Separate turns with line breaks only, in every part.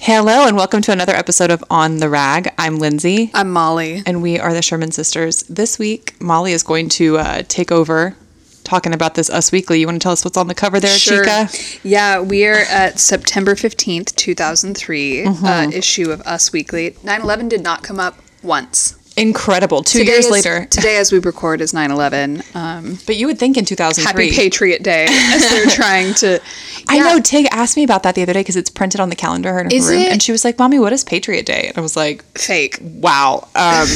Hello, and welcome to another episode of On the Rag. I'm Lindsay,
I'm Molly.
and we are the Sherman sisters. This week, Molly is going to uh, take over talking about this Us Weekly. You want to tell us what's on the cover there, Chica?
Yeah, we are at September 15th, 2003,
Mm-hmm.
uh, issue of Us Weekly. 9 11 did not come up once.
Incredible. Two
Today
years
is-
later.
Today, as we record, is 9 11. Um,
But you would think in 2003.
happy Patriot Day as they're trying to.
I
Yeah.
know Tig asked me about that the other day because it's printed on the calendar in her
Is
room.
it?
And she was like, Mommy, what is Patriot Day? And I was like,
Fake.
wow. Um,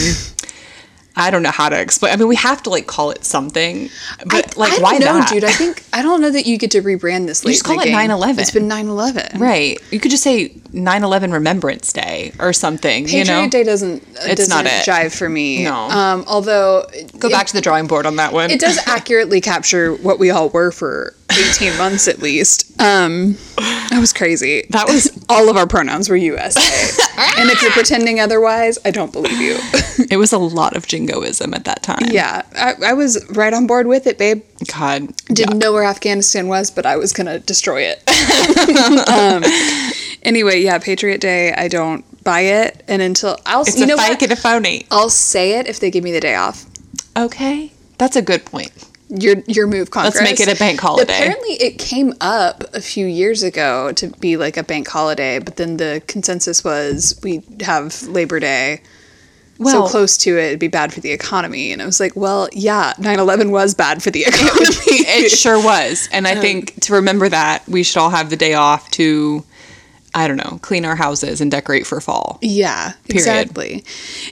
I don't know how to explain. I mean, we have to like call it something. But
I,
like,
I don't
why
know,
that?
dude. I think I don't know that you get to rebrand this. Late
just
in the
call it
game.
9/11.
It's been 9/11.
Right. You could just say 9 11 Remembrance Day or something.
Patriot
you know?
Day doesn't uh,
It's
doesn't
not it.
jive for me.
No.
Um, although
Go back to the drawing board on that one.
it does accurately capture what we all were for 18 months at least. Um, that was crazy.
That was-
all of our pronouns were USA. and if you're pretending otherwise, I don't believe you.
It was a lot of jingoism at that time.
yeah, I, I was right on board with it, babe.
God.
Didn't know where Afghanistan was, but I was gonna destroy it. um, anyway, yeah, Patriot Day. I don't buy it, and until I'll
It's
you
a
know
fake
what?
and a phony.
I'll say it if they give me the day off.
Okay. That's a good point.
your your move Congress.
make it a bank holiday.
Apparently, it came up a few years ago to be like a bank holiday, but then the consensus was we have Labor Day
Well,
so close to it, it'd be bad for the economy. And I was like, well, yeah, 9-11 was bad for the economy.
it sure was. And I think to remember that, we should all have the day off to, I don't know, clean our houses and decorate for fall.
Yeah, exactly.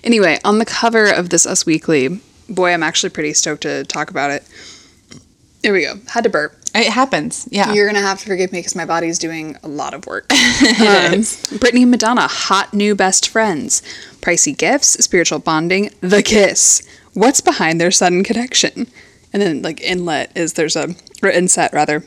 Anyway, on the cover of this Us Weekly, boy, I'm actually pretty stoked to talk about it. There we go. Had to burp.
It happens. Yeah.
You're gonna have to forgive me because my body's doing a lot of work. Um, it Brittany and Madonna, hot new best friends, pricey gifts, spiritual bonding, the kiss. What's behind their sudden connection? And then like inlet is there's a or inset rather.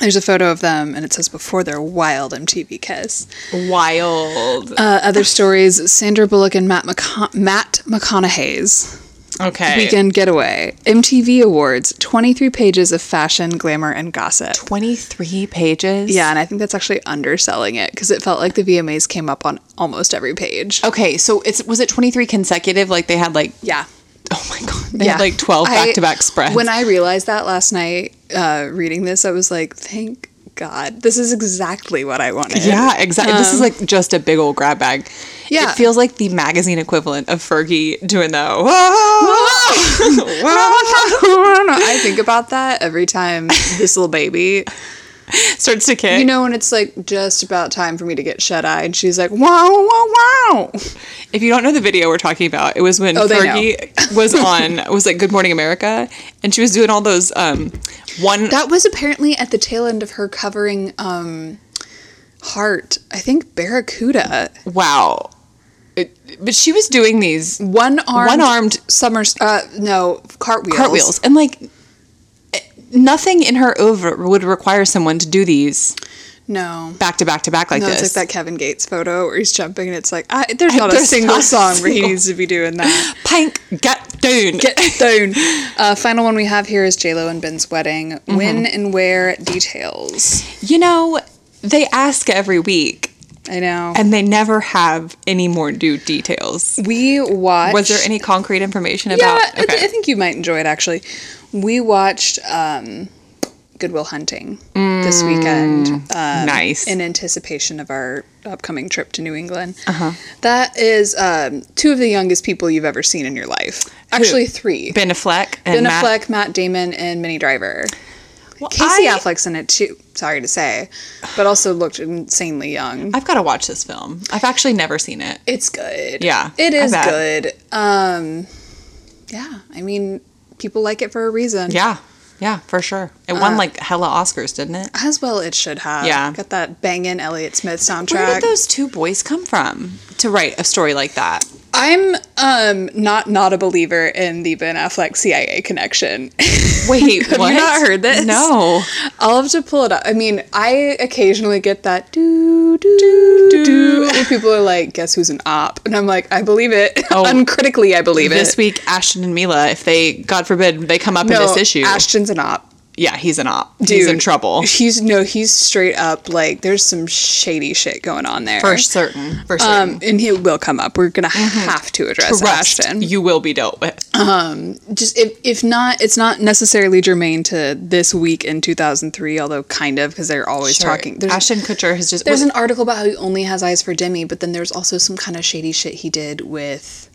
There's a photo of them and it says before their wild MTV kiss.
Wild.
Uh, other stories: Sandra Bullock and Matt McCon- Matt McConaughey's
okay.
weekend getaway, MTV Awards, 23 pages of fashion, glamour, and gossip.
23 pages.
Yeah, and I think that's actually underselling it because it felt like the VMAs came up on almost every page.
Okay. So it's was it 23 consecutive? Like they had like
Yeah.
Oh my god, they
yeah.
had like twelve
I-
back to back spreads.
When I realized that last night uh, reading this, I was like, thank God. This is exactly what I wanted.
yeah, exactly. this is like just a big old grab bag.
Yeah.
it feels like the magazine equivalent of Fergie doing the. Whoa,
I think about that every time this little baby,
starts to kick.
you know, when it's like just about time for me to get shut eye, and she's like, wow, wow, wow.
if you don't know the video we're talking about, it was when
Oh, they
Fergie was on was like Good Morning America, and she was doing all those um one.
That was apparently at the tail end of her covering um, Heart, I think Barracuda.
wow, It- but she was doing these
one armed
One-armed-
summer uh no cartwheels
cartwheels, and like eh, nothing in her over would require someone to do these
no
back to back to back like
no,
this.
it's like that Kevin Gates photo where he's jumping and it's like I, there's not a
There's
single
not a
song where he
single-
needs to be doing that.
Pink get down.
Get down. Uh, final one we have here is J Lo and Ben's wedding.
Mm-hmm.
When and where details.
you know, they ask every week
I know.
and they never have any more due details.
we watched.
Was there any concrete information
Yeah,
about
I, th- I think you might enjoy it actually. We watched um, Goodwill Hunting this
Mm.
weekend. Um,
nice.
in anticipation of our upcoming trip to New England.
Uh-huh.
That is um, two of the youngest people you've ever seen in your life. Actually, three.
Ben Affleck and
Ben
Matt-
Affleck, Matt Damon, and Minnie Driver.
Well,
Casey
I,
Affleck's in it too. Sorry to say, but also looked insanely young.
I've got to watch this film. I've actually never seen it.
It's good.
Yeah,
it
I
is
bet.
good. Um, yeah, I mean, people like it for a reason.
Yeah. Yeah, for sure. It
Uh,
won like hella Oscars, didn't it?
As well, it should have.
Yeah.
got that bangin' Elliott Smith soundtrack.
Where did those two boys come from to write a story like that?
I'm um not not a believer in the Ben Affleck CIA connection.
Wait,
Have
what?
you not heard this?
No.
I'll have to pull it up. I mean, I occasionally get that do do do do. Where people are like, "Guess who's an op?" And I'm like, "I believe it uncritically. I believe
Oh. This
it."
week, Ashton and Mila, if they, God forbid, they come up in this issue.
Ashton's an op.
yeah, he's an op. he's in trouble
He's no, he's straight up like there's some shady shit going on there.
for certain. For certain.
Um, and he will come up. We're gonna have to address
Trust,
Ashton.
you will be dealt with.
Just if if not, it's not necessarily germane to this week in 2003, although kind of because they're always talking. There's,
Ashton Kutcher has just
there's
was-
an article about how he only has eyes for Demi, but then there's also some kind of shady shit he did with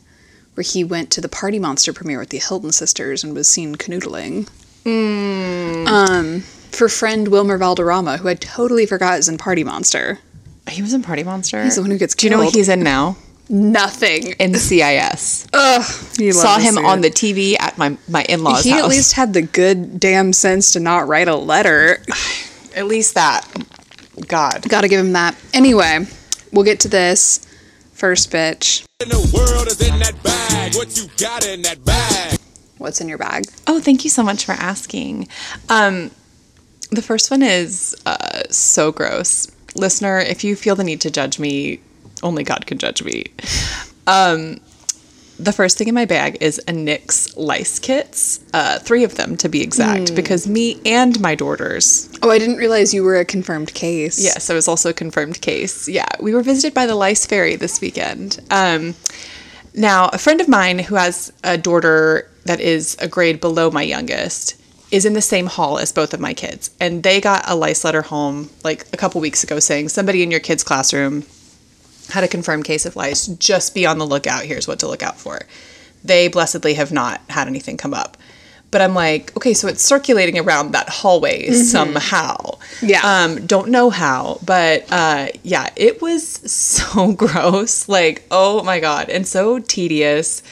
where he went to the Party Monster premiere with the Hilton sisters and was seen canoodling.
Hmm.
Um, for friend Wilmer Valderrama, who I totally forgot is in Party Monster.
he was in Party Monster.
He's the one who gets
Do you know what
killed.
he's in now?
Nothing.
In CIS.
Ugh, you love
Saw
to
him
see
on
it.
the TV at my my in laws.
He
house.
at least had the good damn sense to not write a letter.
at least that. God.
Gotta give him that. Anyway, we'll get to this first bitch.
in the world is in that bag. What you got in that bag?
What's in your bag?
Oh, thank you so much for asking. Um, the first one is uh, so gross. Listener, if you feel the need to judge me, only God can judge me. Um, the first thing in my bag is a NYX lice kits, uh, three of them to be exact, because me and my daughters
Oh, I didn't realize you were a confirmed case.
Yes, I was also a confirmed case. Yeah, we were visited by the lice fairy this weekend. Um, now, a friend of mine who has a daughter that is a grade below my youngest is in the same hall as both of my kids, and they got a lice letter home like a couple weeks ago saying somebody in your kid's classroom had a confirmed case of lice. Just be on the lookout. Here's what to look out for. They blessedly have not had anything come up. But I'm like, okay, so it's circulating around that hallway somehow.
Yeah.
Um, don't know how, but uh, yeah, it was so gross. Like, oh my God. And so tedious.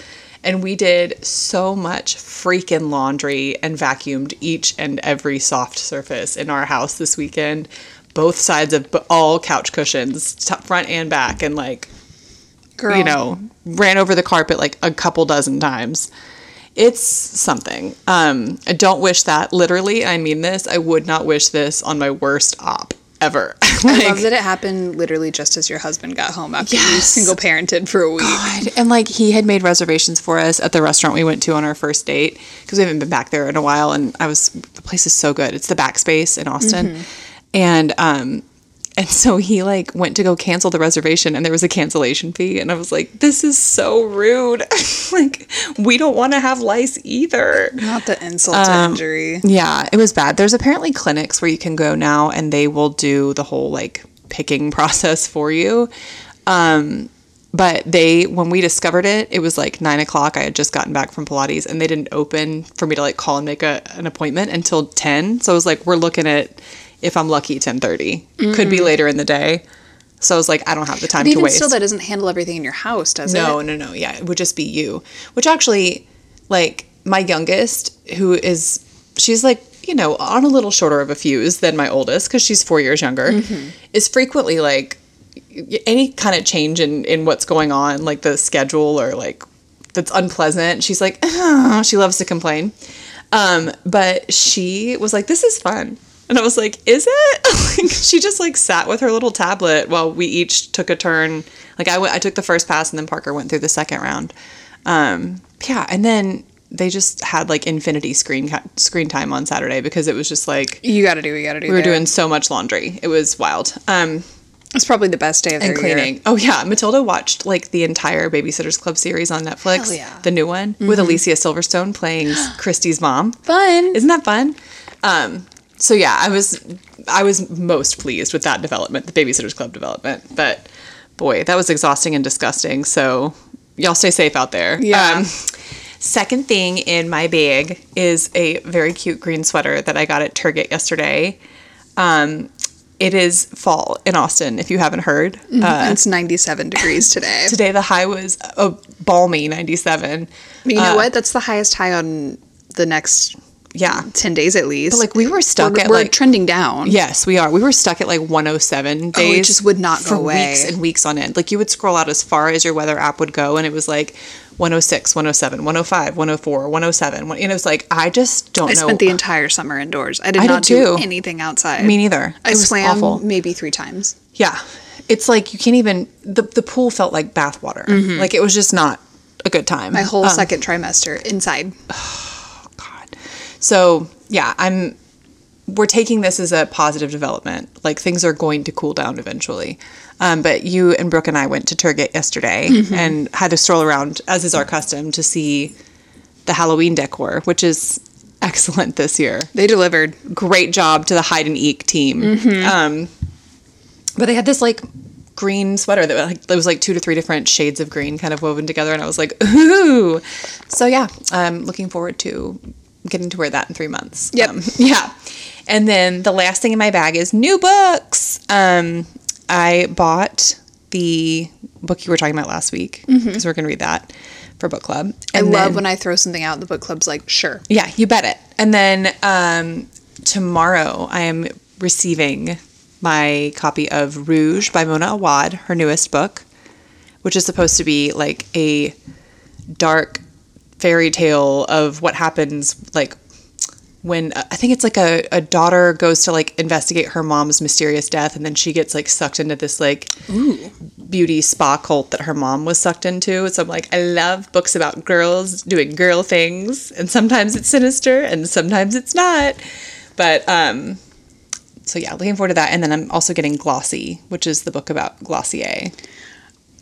And we did so much freaking laundry and vacuumed each and every soft surface in our house this weekend. Both sides of b- all couch cushions, top, front and back. And like,
Girl.
you know, ran over the carpet like a couple dozen times. It's something. Um, I don't wish that. Literally, I mean this. I would not wish this on my worst op ever.
I
like,
love that it happened literally just as your husband got home after you
Yes.
single parented for a week.
God. And like he had made reservations for us at the restaurant we went to on our first date because we haven't been back there in a while. And I was the place is so good. It's the Backspace in Austin, and um, and so he like went to go cancel the reservation, and there was a cancellation fee, and I was like, this is so rude. like we don't want to have lice either.
Not the insult to injury.
Yeah, it was bad. There's apparently clinics where you can go now and they will do the whole like picking process for you. Um, but they, when we discovered it, it was like nine o'clock. I had just gotten back from Pilates and they didn't open for me to like call and make a, an appointment until 10. So I was like, we're looking at, if I'm lucky, 1030. Could be later in the day. So I was like, I don't have the time
Mm.
to
But even
waste.
still, that doesn't handle everything in your house, does
No,
it?
no, no. Yeah, it would just be you. Which actually, like my youngest, who is she's like you know on a little shorter of a fuse than my oldest because she's four years younger,
Mm-hmm.
is frequently like y- any kind of change in in what's going on, like the schedule or like that's unpleasant. She's like, "Ugh," she loves to complain. Um, but she was like, "This is fun." And I was like, "Is it?" like, she just like sat with her little tablet while we each took a turn. Like I went, I took the first pass, and then Parker went through the second round. Um, yeah, and then they just had like infinity screen ca- screen time on Saturday because it was just like
You gotta do what you gotta do.
we were doing so much laundry. It was wild. Um,
It's probably the best day of
and
their year.
cleaning. Oh yeah, Matilda watched like the entire Babysitters Club series on Netflix,
Hell yeah. Mm-hmm.
the new one with Alicia Silverstone playing Christie's mom.
Fun.
Isn't that fun? Um, so yeah, I was I was most pleased with that development, the Babysitters Club development. But boy, that was exhausting and disgusting. So y'all stay safe out there. Um,
Yeah.
second thing in my bag is a very cute green sweater that I got at Target yesterday. Um, it is fall in Austin. If you haven't heard, uh,
it's 97 degrees today.
today the high was a balmy 97.
But you know what? That's the highest high on the next
Yeah,
10 days at least.
like we were stuck
we're,
at
we're
like
trending down.
Yes, we are. We were stuck at like 107 days.
Oh, just would not go
for
away.
weeks and weeks on end. Like you would scroll out as far as your weather app would go, and it was like 106, 107, 105, 104, 107. One- And it was like I just don't
I
know.
spent the entire summer indoors. I did
I did
not do
too.
anything outside.
Me neither.
I
It was
swam
awful.
maybe three times.
yeah, it's like you can't even. The the pool felt like bathwater. Like it was just not a good time.
Mm-hmm. My whole
Mm, Um,
second trimester inside.
God. So yeah, I'm we're taking this as a positive development. Like things are going to cool down eventually. Um, but you and Brooke and I went to Target yesterday
Mm-hmm.
and had to stroll around, as is our custom, to see the Halloween decor, which is excellent this year.
They delivered. Mm-hmm.
Great job to the hide and eek team. Um, but they had this like green sweater that was like, that was like two to three different shades of green kind of woven together, and I was like, ooh. So yeah, I'm looking forward to getting to wear that in three months.
Yep.
Um, yeah. And then the last thing in my bag is new books. Um, I bought the book you were talking about last week because we're gonna read that for book club.
Mm-hmm. I
And
love
then-
when I throw something out. The book club's like, sure.
yeah, you bet it. And then um, tomorrow I am receiving my copy of Rouge by Mona Awad, her newest book, which is supposed to be like a dark fairy tale of what happens like when I think it's like a, a daughter goes to like investigate her mom's mysterious death and then she gets like sucked into this like beauty spa cult that her mom was sucked into. So I'm like, I love books about girls doing girl things, and sometimes it's sinister and sometimes it's not. But um, so yeah, looking forward to that. And then I'm also getting Glossy, which is the book about Glossier.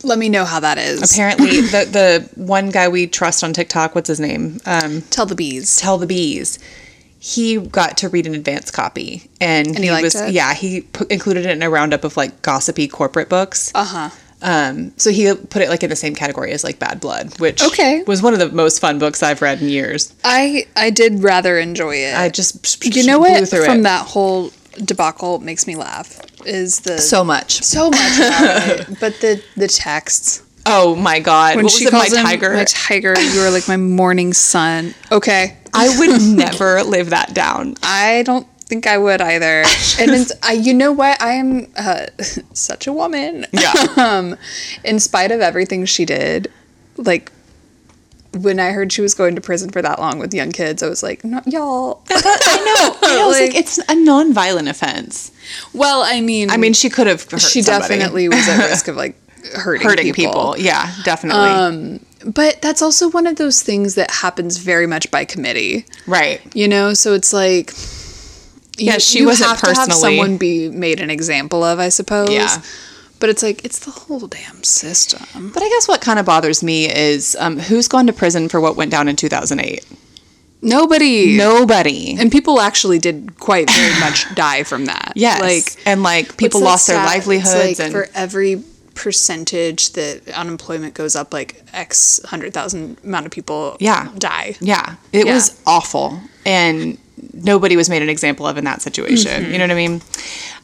Let me know how that is.
Apparently, the the one guy we trust on TikTok, what's his name? Um,
Tell the bees.
Tell the Bees. He got to read an advance copy, and,
he liked
was
it?
yeah he put, included it in a roundup of like gossipy corporate books.
Uh huh.
Um, so he put it like in the same category as like Bad Blood, which
Okay.
was one of the most fun books I've read in years.
I I did rather enjoy it.
I just
you know
blew
what
through
from
it.
that whole debacle makes me laugh is the
so much.
so much about it, but the the texts
Oh my god!
when
what
she
was it,
calls
my
him
tiger?
my tiger you are like my morning sun okay
I would never live that down.
I don't think I would either and it's, I you know what I am uh, such a woman
Yeah,
um in spite of everything she did like when I heard she was going to prison for that long with young kids I was like no, y'all
I know. I was like,
Like-
it's a non-violent offense.
well I mean
I mean, she could have. Hurt
she
somebody.
definitely was at risk of like hurting,
hurting people. Um, Yeah, definitely.
But that's also one of those things that happens very much by committee,
right.
you know. So it's like,
Yeah, she wasn't
To have
personally-
someone be made an example of, I suppose.
Yeah.
But it's like it's the whole damn system.
But I guess what kind of bothers me is um, who's gone to prison for what went down in 2008?
Nobody.
Nobody.
And people actually did quite very much die from that.
Yes.
Like
and like people lost
what's that
their
stat? It's
livelihoods
like
and
for every percentage that unemployment goes up, like X hundred thousand amount of people
yeah,
die.
Yeah, it
Yeah.
was awful, and nobody was made an example of in that situation.
Mm-hmm.
You know what I mean?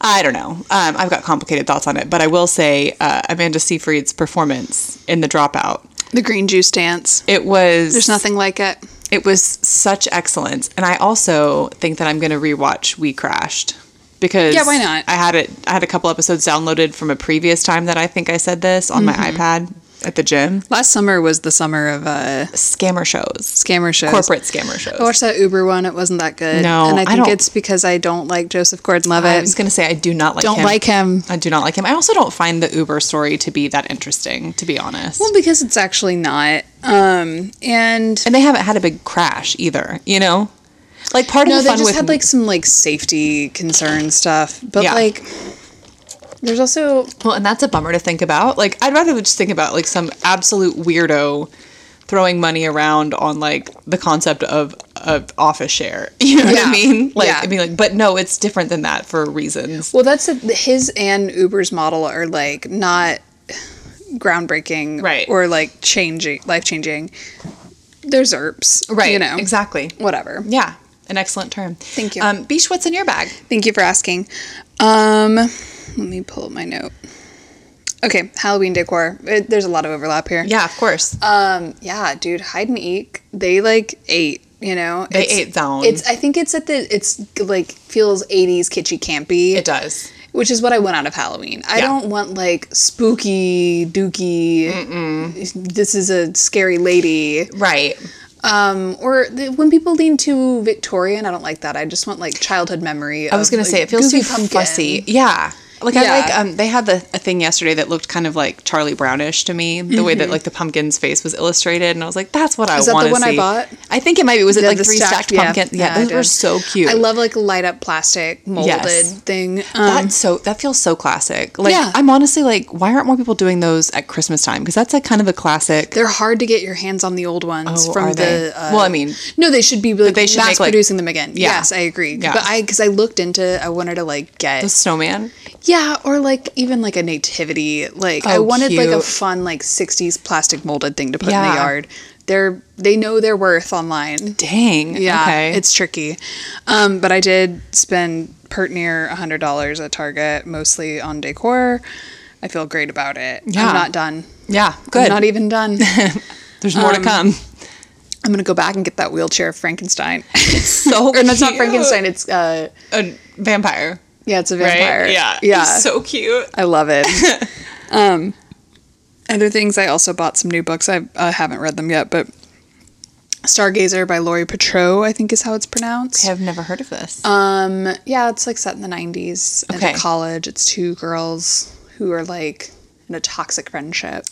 I don't know. Um, I've got complicated thoughts on it, but I will say uh, Amanda Seyfried's performance in The Dropout.
The green juice dance.
It was
There's nothing like it.
It was such excellence, and I also think that I'm going to rewatch We Crashed because
Yeah, why not?
I had it. I had a couple episodes downloaded from a previous time that I think I said this on my
Mm-hmm.
iPad at the gym.
Last summer was the summer of uh,
Scammer shows,
scammer shows.
corporate scammer shows.
I watched that Uber one. It wasn't that good.
No,
and I
I
think
don't-
it's because I don't like
I
Joseph
was
Gordon-Levitt.
going to say I do not like
Don't
him.
like him.
I do not like him. I also don't find the Uber story to be that interesting, to be honest.
Well, because it's actually not. Um, and
and they haven't had a big crash either, you know? Like part of
no,
the
they
fun
just
with
had like some like safety concern stuff. But
Yeah.
like, there's also
Well, and that's a bummer to think about. Like I'd rather just think about like some absolute weirdo throwing money around on like the concept of of office share. You know what
Yeah.
I mean? Like
Yeah.
I mean like but no, it's different than that for reasons.
well, that's the, his and Uber's model are like not groundbreaking,
Right.
Or like changing, life changing. There's ERPs, You know
Exactly.
Whatever.
Yeah. An excellent term.
Thank you.
Um, Beach, what's in your bag?
Thank you for asking. Um, let me pull up my note. Okay, Halloween decor. It, there's a lot of overlap here.
Yeah, of course.
Um, yeah, dude, hide and eek. They like ate. You know,
They ate down.
It's. I think it's at the. It's like feels 80s kitschy campy.
it does.
Which is what I want out of Halloween. I
Yeah.
don't want like spooky dooky. This is a scary lady.
Right.
Um, or the, when people lean too Victorian, I don't like that. I just want like childhood memory.
I was gonna say it feels too fussy. Yeah. Like
Yeah.
I like um, they had the, a thing yesterday that looked kind of like Charlie Brownish to me, the way that like the pumpkin's face was illustrated, and I was like, "That's what I
Mm-hmm. Is that the
want to see."
one I bought?
I think it might be. Was it
The-
like
the
three stacked,
yeah.
pumpkins? Yeah,
I
those were
did.
so cute.
I love like light up plastic molded
Yes.
thing. Um,
That's so that feels so classic. Like
Yeah.
I'm honestly like, why aren't more people doing those at Christmas time? Because that's like kind of a classic.
they're hard to get your hands on the old ones
Oh,
from
are
the.
they?
Uh,
Well, I mean-
no, they should be like
they should
mass
make, like-
producing them again.
Yeah.
Yes, I agree.
Yeah.
But I because I looked into, I wanted to like get
The snowman.
yeah, or like even like a nativity. Like I
Oh,
wanted like a
cute.
fun like '60s plastic molded thing to put in the
Yeah.
yard. They're they know their worth online.
Dang.
Yeah,
Okay.
it's tricky. Um, but I did spend pert near hundred dollars at Target, mostly on decor. I feel great about it.
Yeah.
I'm not done.
yeah.
I'm
Good.
not e-, um, even done.
There's more to come.
I'm gonna go back and get that wheelchair of Frankenstein.
So
or that's not
cute.
Frankenstein. It's uh,
A vampire.
yeah, it's a
Right?
vampire.
Yeah.
yeah.
So cute.
I love it. um, other things, I also bought some new books. I uh, haven't read them yet, but Stargazer by Laurie Petro, I think is how it's pronounced.
I have never heard of this.
Um, yeah, it's like set in the 90s. And
Okay.
at college, it's two girls who are like in a toxic friendship.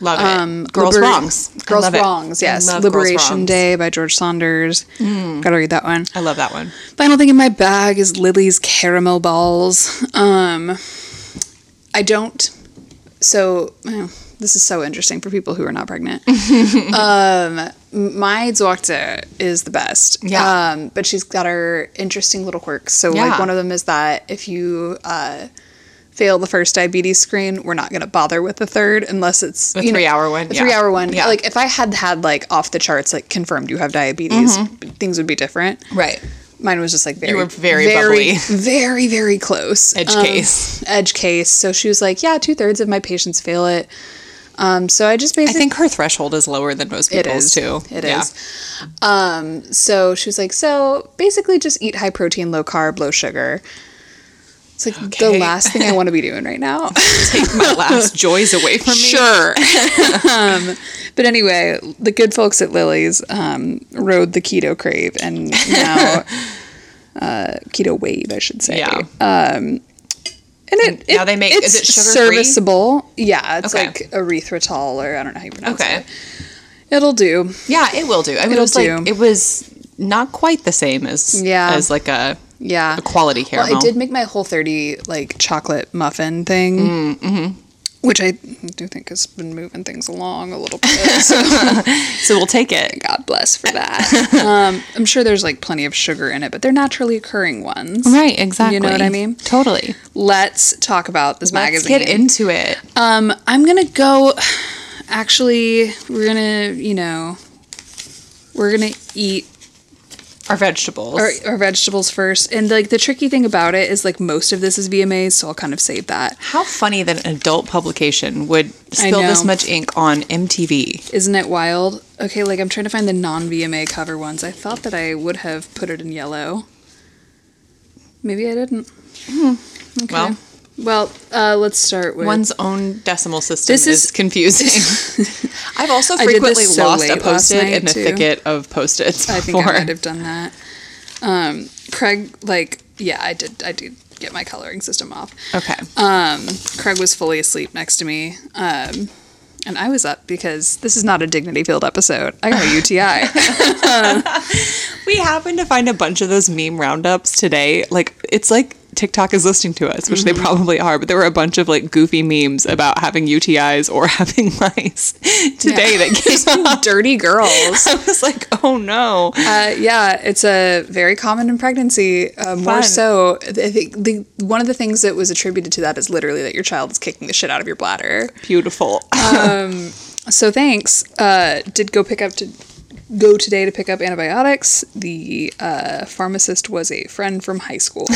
love it.
Um,
girls
Liber-
wrongs. I
Girls
love it.
Wrongs,
I
yes.
love Girls
Liberation
Wrongs. Hmm.
Day by George Saunders. Gotta read that one.
I love that one.
Final thing in my bag is Lily's caramel balls. Um, I don't. So oh, this is so interesting for people who are not pregnant. um, my doctor is the best.
Yeah.
Um, but she's got her interesting little quirks. So like
Yeah.
one of them is that if you uh, fail the first diabetes screen, we're not going to bother with the third unless it's
The three-hour one,
The
yeah.
three hour one.
Yeah.
Like if I had had like off the charts, like confirmed you have diabetes,
Mm-hmm.
things would be different.
Right.
Mine was just like very,
were very bubbly.
very, very close. Um,
Edge case.
edge case. So she was like, "Yeah, two thirds of my patients fail it." Um, so I just
I
basically
think her threshold is lower than most
it
people's
is
too.
It is.
Yeah.
Um, so she was like, "So basically, just eat high protein, low carb, low sugar." It's like the
Okay.
last thing I want to be doing right now.
Take my last joys away from me.
Sure. um, but anyway, the good folks at Lily's um, rode the keto crave and now uh, keto wave, I should say.
Yeah.
And it,
now they make-
it's
is it sugar-free?
serviceable. Yeah, it's
Okay.
like erythritol or I don't know how you pronounce
Okay.
it. It'll do.
Yeah, it will do. I mean,
It'll
it was like
do.
it was not quite the same as
Yeah.
as like a
Yeah.
a quality caramel.
Well, I did make my whole 30 like chocolate muffin thing.
Mm, mm-hmm.
Which I do think has been moving things along a little bit. So
so we'll take it.
God bless for that. um, I'm sure there's like plenty of sugar in it, but they're naturally occurring ones.
Right, exactly.
You know what I mean?
Totally.
Let's talk about this
Let's
magazine.
get into it.
Um, I'm gonna go. Actually, we're gonna, you know, we're gonna eat
Our vegetables.
our, our vegetables first. And like the tricky thing about it is like most of this is VMAs, so I'll kind of save that.
How funny that an adult publication would spill
know.
this much ink on MTV.
Isn't it wild? Okay, like I'm trying to find the non-VMA cover ones. I thought that I would have put it in yellow. Maybe I didn't. Okay.
Well.
Well, uh, let's start with
One's own decimal system
This is-
is, confusing. I've also
I did this
frequently
so
lost a
late last
post-it
night,
in a
too.
thicket of post-its
I think
before.
I might have done that. Um, Craig, like, yeah, I did. I did get my coloring system off.
Okay.
Um, Craig was fully asleep next to me, um, and I was up because this is not a dignity field episode. I got a UTI.
We happened to find a bunch of those meme roundups today. Like it's like TikTok is listening to us, which they probably are, but there were a bunch of like goofy memes about having UTIs or having mice today that gives
Dirty girls.
I was like, oh no.
Uh, yeah, it's a very common in pregnancy. Uh,
Fun.
more so, I think the one of the things that was attributed to that is literally that your child is kicking the shit out of your bladder.
Beautiful.
So thanks. Uh, did go pick up to go today to pick up antibiotics. The uh, pharmacist was a friend from high school,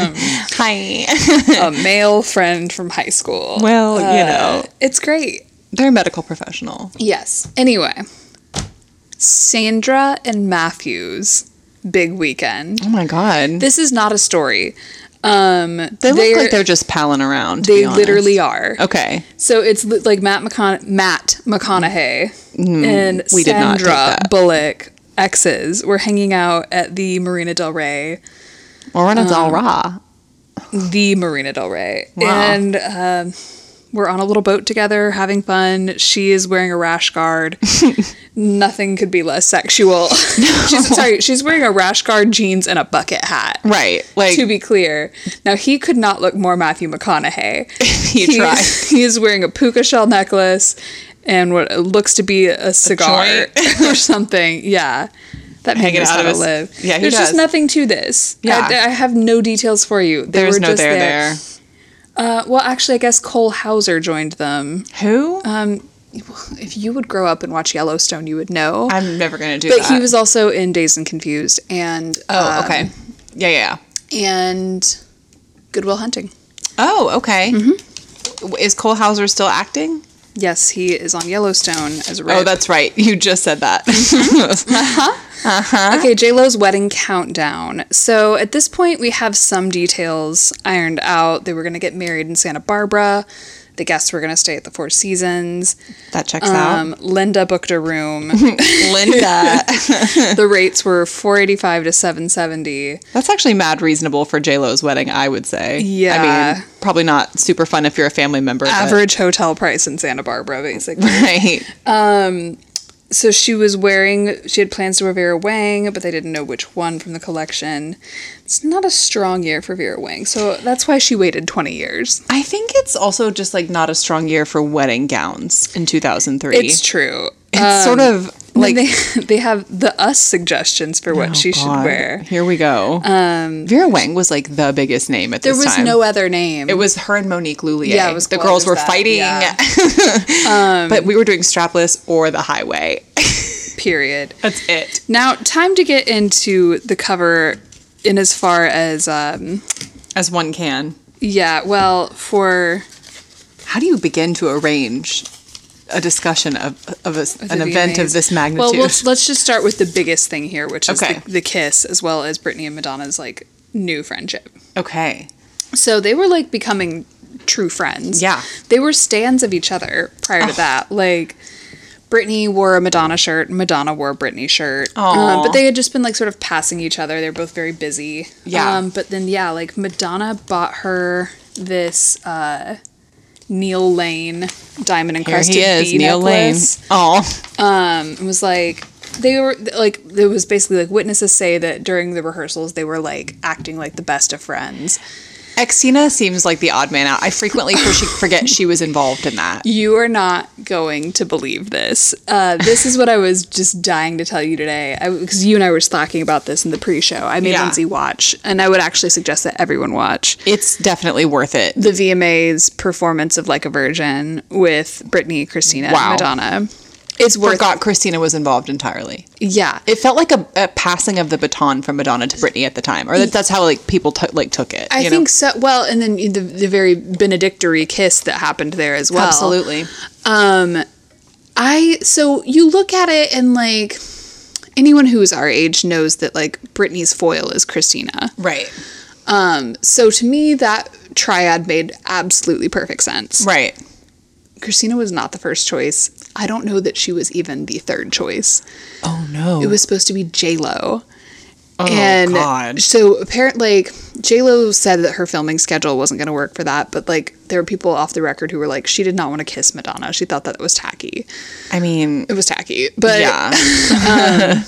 Hi.
a male friend from high school.
Well, you know.
Uh, it's great.
They're a medical professional.
Yes. Anyway, Sandra and Matthews, big weekend.
Oh my god.
This is not a story. Um,
they look like they're just palling around. to
they
be honest. Oh.
literally are.
Okay.
So it's li- like Matt McCona- Matt McConaughey and
Mm, we did not take
Sandra
that.
Bullock exes were hanging out at the Marina Del Rey.
Um, Morena Del Ra.
the Marina Del Rey.
Wow.
And um, we're on a little boat together having fun. She is wearing a rash guard. Nothing could be less sexual. she's, sorry, she's wearing a rash guard, jeans, and a bucket hat.
Right. Like
To be clear, now he could not look more Matthew McConaughey.
He
He's-
tried.
He is wearing a puka shell necklace and what looks to be a cigar or something. Yeah. That man
Hanging
knows
out
how
of
to
his-
live.
Yeah, he
There's just
does.
nothing to this. I-
Yeah.
I, have no details for you. They
there's
were
no
just
there there.
Uh, well, actually, I guess Cole Hauser joined them.
Who?
Um, if you would grow up and watch Yellowstone, you would know.
I'm never gonna do
but
that.
he was also in Days and Confused and
Oh,
um,
okay. Yeah, yeah.
and Goodwill Hunting.
Oh, okay. Is Cole Hauser still acting?
Yes, he is on Yellowstone as a
Oh, that's right. Mm-hmm. You just said that.
Okay, J Lo's wedding countdown. So at this point, we have some details ironed out. They were going to get married in Santa Barbara. The guests were going to stay at the Four Seasons.
that checks
Um, Linda booked a room.
out. Linda.
the rates were four eighty five to seven seventy.
That's actually mad reasonable for J Lo's wedding, I would say. I
Yeah.
mean, probably not super fun if you're a family member. but-
Average hotel price in Santa Barbara, basically.
Right.
So she was wearing, she had plans to wear Vera Wang, but they didn't know which one from the collection. It's not a strong year for Vera Wang, so that's why she waited 20 years.
I think it's also just like not a strong year for wedding gowns in 2003.
It's true.
It's sort of like
Like they, they have the us suggestions for what
Oh,
she
God.
should wear.
Here we go. Um, Vera Wang was like the biggest name at
There
this
was
time.
no other name.
It was her and Monique Lulier.
Yeah, it was
the girls
close as
were
that,
fighting,
yeah. Um,
but we were doing strapless or the highway.
period.
That's it.
Now, time to get into the cover. In as far as um,
As one can.
yeah, well, for
How do you begin to arrange a discussion of of a, an
the
event
VMAs.
of this magnitude?
Well, let's, let's just start with the biggest thing here, which is
Okay.
the, the kiss, as well as Britney and Madonna's like new friendship.
okay.
So they were like becoming true friends.
Yeah. Oh.
they were stands of each other prior to that. Like Britney wore a Madonna shirt, Madonna wore a Britney shirt.
Aw.
Um, but they had just been like sort of passing each other. They're both very busy.
Yeah.
Um, but then yeah, like Madonna bought her this. uh Neil Lane diamond
Here
encrusted
he is,
bee
Neil Lane.
necklace
Oh,
and was like they were like there was basically like witnesses say that during the rehearsals they were like acting like the best of friends.
Exina seems like the odd man out. I frequently for- she- forget she was involved in that.
You are not going to believe this. Uh, this is what I was just dying to tell you today because you and I were talking about this in the pre-show. I made
Yeah.
Lindsay watch, and I would actually suggest that everyone watch
It's definitely worth it.
the VMAs performance of "Like a Virgin" with Britney, Christina, and
Wow.
Madonna. It's worth
Forgot Christina was involved entirely.
yeah.
It felt like a, a passing of the baton from Madonna to Britney at the time, or that, that's how like people t- like took it.
I
you know?
think so. Well, and then the, the very benedictory kiss that happened there as well. Um,
absolutely.
I so you look at it and like anyone who is our age knows that like Britney's foil is Christina.
Right.
Um, So to me that triad made absolutely perfect sense.
Right.
Christina was not the first choice. I don't know that she was even the third choice.
Oh no.
It was supposed to be J Lo.
Oh
and
God.
so apparently like J-Lo said that her filming schedule wasn't going to work for that, but like there were people off the record who were like she did not want to kiss Madonna. She thought that was tacky.
I mean,
It was tacky. But um,
yeah. it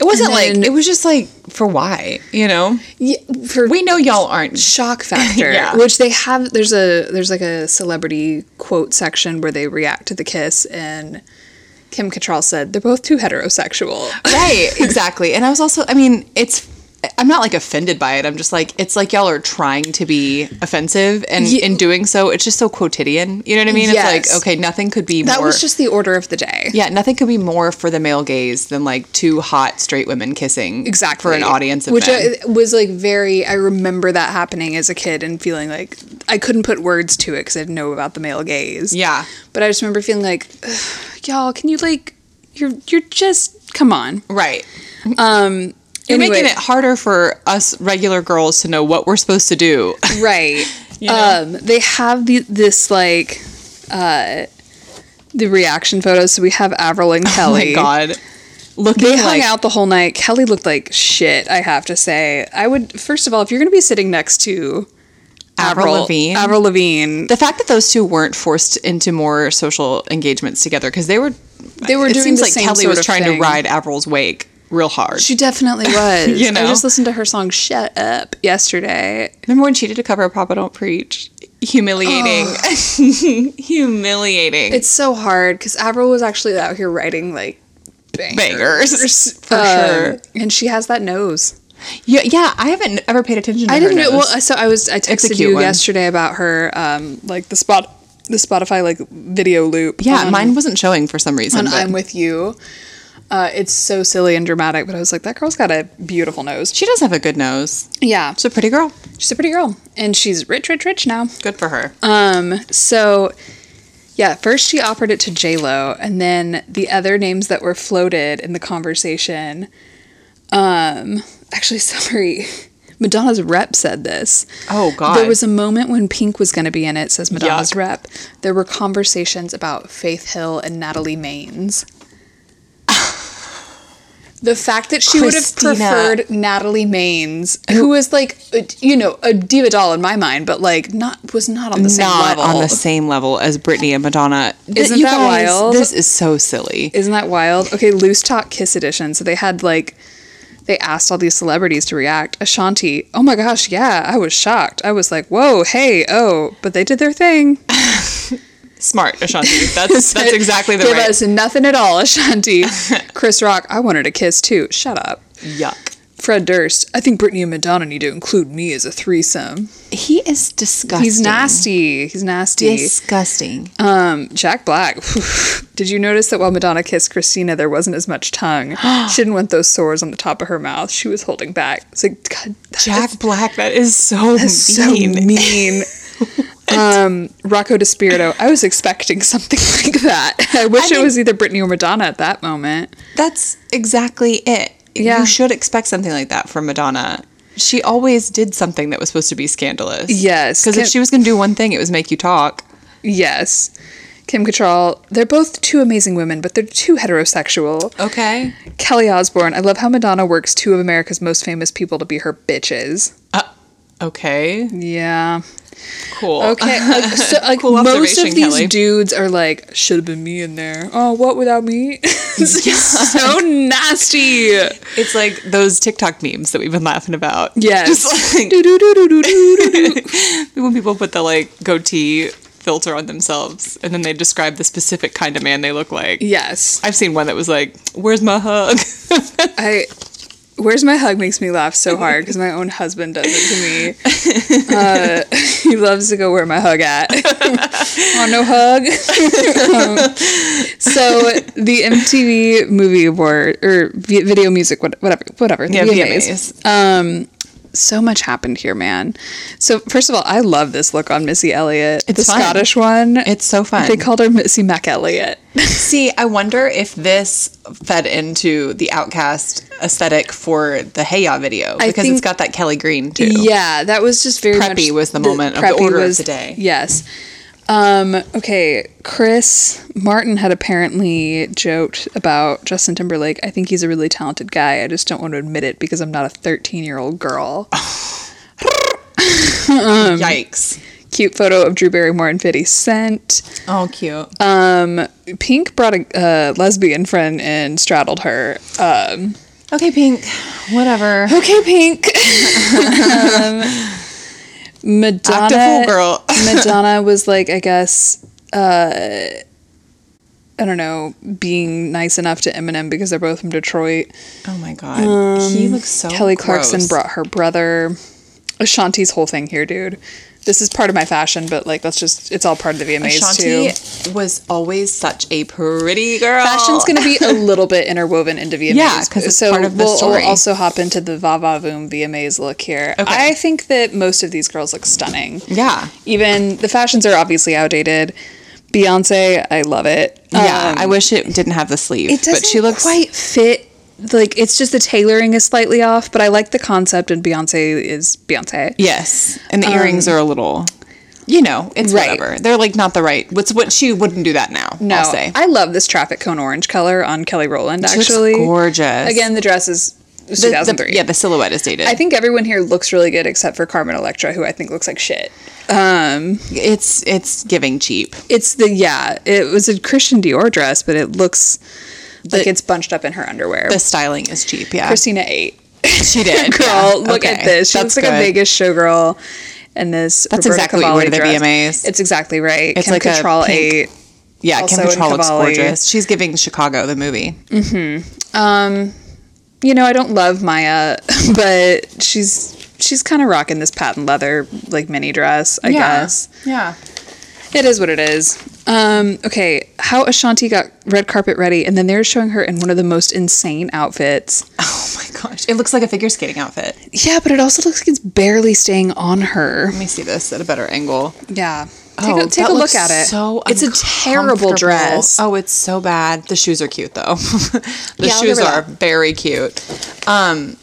wasn't
and
like
then-
it was just like for why, you know?
yeah, for
We know y'all aren't.
shock factor
Yeah.
which they have there's a there's like a celebrity quote section where they react to the kiss and kim cattrall said they're both too heterosexual
Right, exactly. And I was also, I mean, it's I'm not like offended by it. I'm just like it's like y'all are trying to be offensive and
Ye-
in doing so, it's just so quotidian. You know what I mean? It's
Yes.
like okay, nothing could be
that
more
was just the order of the day
Yeah, nothing could be more for the male gaze than like two hot straight women kissing
exactly
for an audience of
which uh,
men.
I, was like very i remember that happening as a kid and feeling like i couldn't put words to it because i didn't know about the male gaze
yeah.
but i just remember feeling like "Ugh, y'all can you like you're you're just come on
Right.
um
You're
anyway.
making it harder for us regular girls to know what we're supposed to do.
right
know?
um they have the this like uh the reaction photos so we have avril and
Oh my
kelly
god. Looking
they hung
like
out the whole night kelly looked like shit i have to say i would first of all if you're gonna be sitting next to
Avril Lavigne.
Avril Lavigne.
The fact that those two weren't forced into more social engagements together because they were
They were
it
doing
seems
the
like
same
Kelly
sort
was
of
trying
thing.
to ride Avril's wake real hard.
She definitely was.
You
I
know?
just listened to her song "Shut Up" yesterday.
Remember when she did a cover of Papa Don't Preach? Humiliating. Humiliating.
It's so hard because Avril was actually out here writing like bangers,
Bangers, for
Um,
sure.
and she has that nose.
yeah, yeah, I haven't ever paid attention to her
I didn't know.
nose.
Well, uh, so I was. I
a
texted
cute
you
one.
yesterday about her, um, like the spot, the Spotify like video loop.
yeah,
on-
mine wasn't showing for some reason.
on
but-
I'm with you. Uh, it's so silly and dramatic, but I was like, that girl's got a beautiful nose.
she does have a good nose.
Yeah,
She's a pretty girl.
she's a pretty girl, and she's rich, rich, rich now.
Good for her.
Um, so yeah, first she offered it to J Lo, and then the other names that were floated in the conversation. Um, actually, sorry, Madonna's rep said this.
Oh, God.
There was a moment when Pink was going to be in it. Says Madonna's
Yuck.
rep. There were conversations about Faith Hill and Natalie Maines. The fact that she would have
Christina.
preferred Natalie Maines, who is like, a- you know, a diva doll in my mind, but like not was not on the same
Not
level.
on the same level as Britney and Madonna. Th-
Isn't that wild?
This is so silly.
Isn't that wild? Okay, Loose Talk Kiss Edition. So they had like, they asked all these celebrities to react. Ashanti, oh my gosh, yeah, I was shocked. I was like, whoa, hey, oh, but they did their thing.
Smart, Ashanti. That's that's exactly the
Give
right.
us nothing at all, Ashanti. Chris Rock, I wanted a kiss too. Shut up.
Yuck.
Fred Durst, I think Britney and Madonna need to include me as a threesome.
He is disgusting.
He's nasty. He's nasty.
Disgusting.
Um, Jack Black. Did you notice that while Madonna kissed Christina, there wasn't as much tongue? she didn't want those sores on the top of her mouth. She was holding back. It's like God, that
Jack Black. That is so mean.
is so mean. um, Rocco Despirito. I was expecting something like that. I wish
I
it was either Britney or Madonna at that moment.
That's exactly it.
Yeah.
You should expect something like that from Madonna. She always did something that was supposed to be scandalous.
Yes,
Because if
Kim-
she was going to do one thing, it was make you talk.
Yes, Kim Cattrall. They're both two amazing women, but they're too heterosexual.
Okay.
Kelly Osbourne. I love how Madonna works two of America's most famous people to be her bitches.
Uh, okay.
Yeah.
Cool.
Okay, like, so, like
Cool
most of
observation,
these
Kelly.
dudes are like, should have been me in there. Oh, what without me? It's so nasty.
It's like those TikTok memes that we've been laughing about.
Yes.
Just like
Do-do-do-do-do-do-do.
when people put the like goatee filter on themselves and then they describe the specific kind of man they look like.
yes,
I've seen one that was like, "Where's my hug?"
I. Where's my hug makes me laugh so hard because my own husband does it to me. Uh, he loves to go where my hug at. oh no hug. Um, so the MTV Movie Award or vi- Video Music, what- whatever, whatever. the
Yeah,
VMAs.
VMAs.
Um, so much happened here, man. So first of all, I love this look on Missy Elliott, the
It's fun.
Scottish one.
It's so fun.
They called her Missy Mac Elliott.
See, I wonder if this fed into the Outcast aesthetic for the Hey Ya video
I
because
think-
it's got that Kelly Green too.
Yeah, that was just very
Preppy
much
was the moment of the
preppy
order of the day.
Yes. Um, okay, Chris Martin had apparently joked about Justin Timberlake. I think he's a really talented guy. I just don't want to admit it because I'm not a 13 year old girl. Um,
Yikes!
Cute photo of Drew Barrymore and 50 Cent.
Oh, cute.
Pink brought a uh, lesbian friend and straddled her. Um,
okay, Pink. Whatever.
okay, Pink. um, Madonna.
Act a fool, girl.
Madonna was like, I guess, uh, I don't know, being nice enough to Eminem because they're both from Detroit.
Oh my god, he looks so.
Um, Kelly Clarkson
gross.
brought her brother. Ashanti's whole thing here, dude. This is part of my fashion, but like, that's just, it's all part of the VMAs
Ashanti
too.
was always such a pretty girl.
Fashion's going to be a little bit interwoven into VMAs.
Oh. Yeah, 'cause it's
so
part of the
we'll,
story.
we'll also hop into the Va Va Voom VMAs look here.
Okay.
I think that most of these girls look stunning.
Yeah.
Even the fashions are obviously outdated. Beyonce, I love it.
Yeah,
Um,
I wish it didn't have the sleeve.
it doesn't
but she looks
quite fit. Like it's just the tailoring is slightly off, but I like the concept. And Beyonce is Beyonce.
Yes, and the earrings are a little. You know, it's
um, Right.
whatever. They're like not the right. What's what she wouldn't do that now.
No,
I'll say.
I love this traffic cone orange color on Kelly Rowland.
looks
Actually,
gorgeous.
Again, the dress is was
The- the-
2003.
yeah, the silhouette is dated.
I think everyone here looks really good except for Carmen Electra, who I think looks like shit. Um,
it's it's giving cheap.
It's the yeah. It was a Christian Dior dress, but it looks like it's bunched up in her underwear.
The styling is cheap. Yeah,
Christina eight.
she did.
Girl,
yeah.
look
Okay.
at this. She
That's
looks like
good.
a Vegas showgirl. And this
That's
Roberta
exactly what you
Cavalli
wore to the
dress.
VMAs.
It's exactly right.
It's
Kim
like a
Cattrall
pink-
eight.
Yeah, Kim
also in
Cattrall looks
Cavalli.
gorgeous. She's giving Chicago the movie.
You know, I don't love Maya, but she's she's kind of rocking this patent leather like mini dress. I guess
Yeah.
it is what it is. Um, okay, how Ashanti got red carpet ready, and then they're showing her in one of the most insane outfits.
Oh my gosh, it looks like a figure skating outfit.
Yeah, but it also looks like it's barely staying on her.
Let me see this at a better angle.
Yeah. Take
Oh,
a, take
that
a look
looks
at it.
So
it's a terrible
uncomfortable.
dress.
Oh, it's so bad. The shoes are cute though. the
Yeah, I'll give
shoes
her
are
that.
very cute. Um,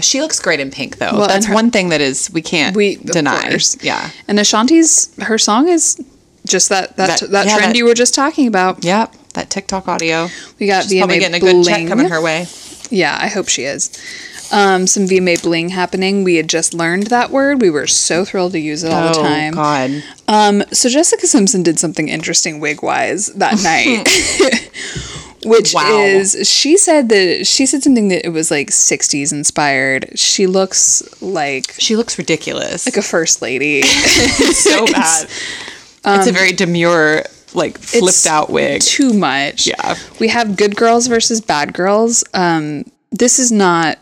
she looks great in pink though.
Well,
That's
and her-
one thing that is we can't
we of
deny.
course.
Yeah.
And Ashanti's her song is just that that
That-
that,
yeah,
trend
that-
you were just talking about.
Yep. That TikTok audio.
We got
She's probably
VMA
getting a good check
bling.
coming her way.
Yeah, I hope she is. Um, some VMA bling happening. We had just learned that word. We were so thrilled to use it all the
Oh
time.
God.
Um, so Jessica Simpson did something interesting wig wise that night. Which
Wow.
is she said that she said something that it was like 60s inspired. She looks like
She looks ridiculous.
like a first lady.
so bad. it's a very demure, like flipped
Um, It's
out wig.
Too much.
Yeah.
We have good girls versus bad girls. Um, this is not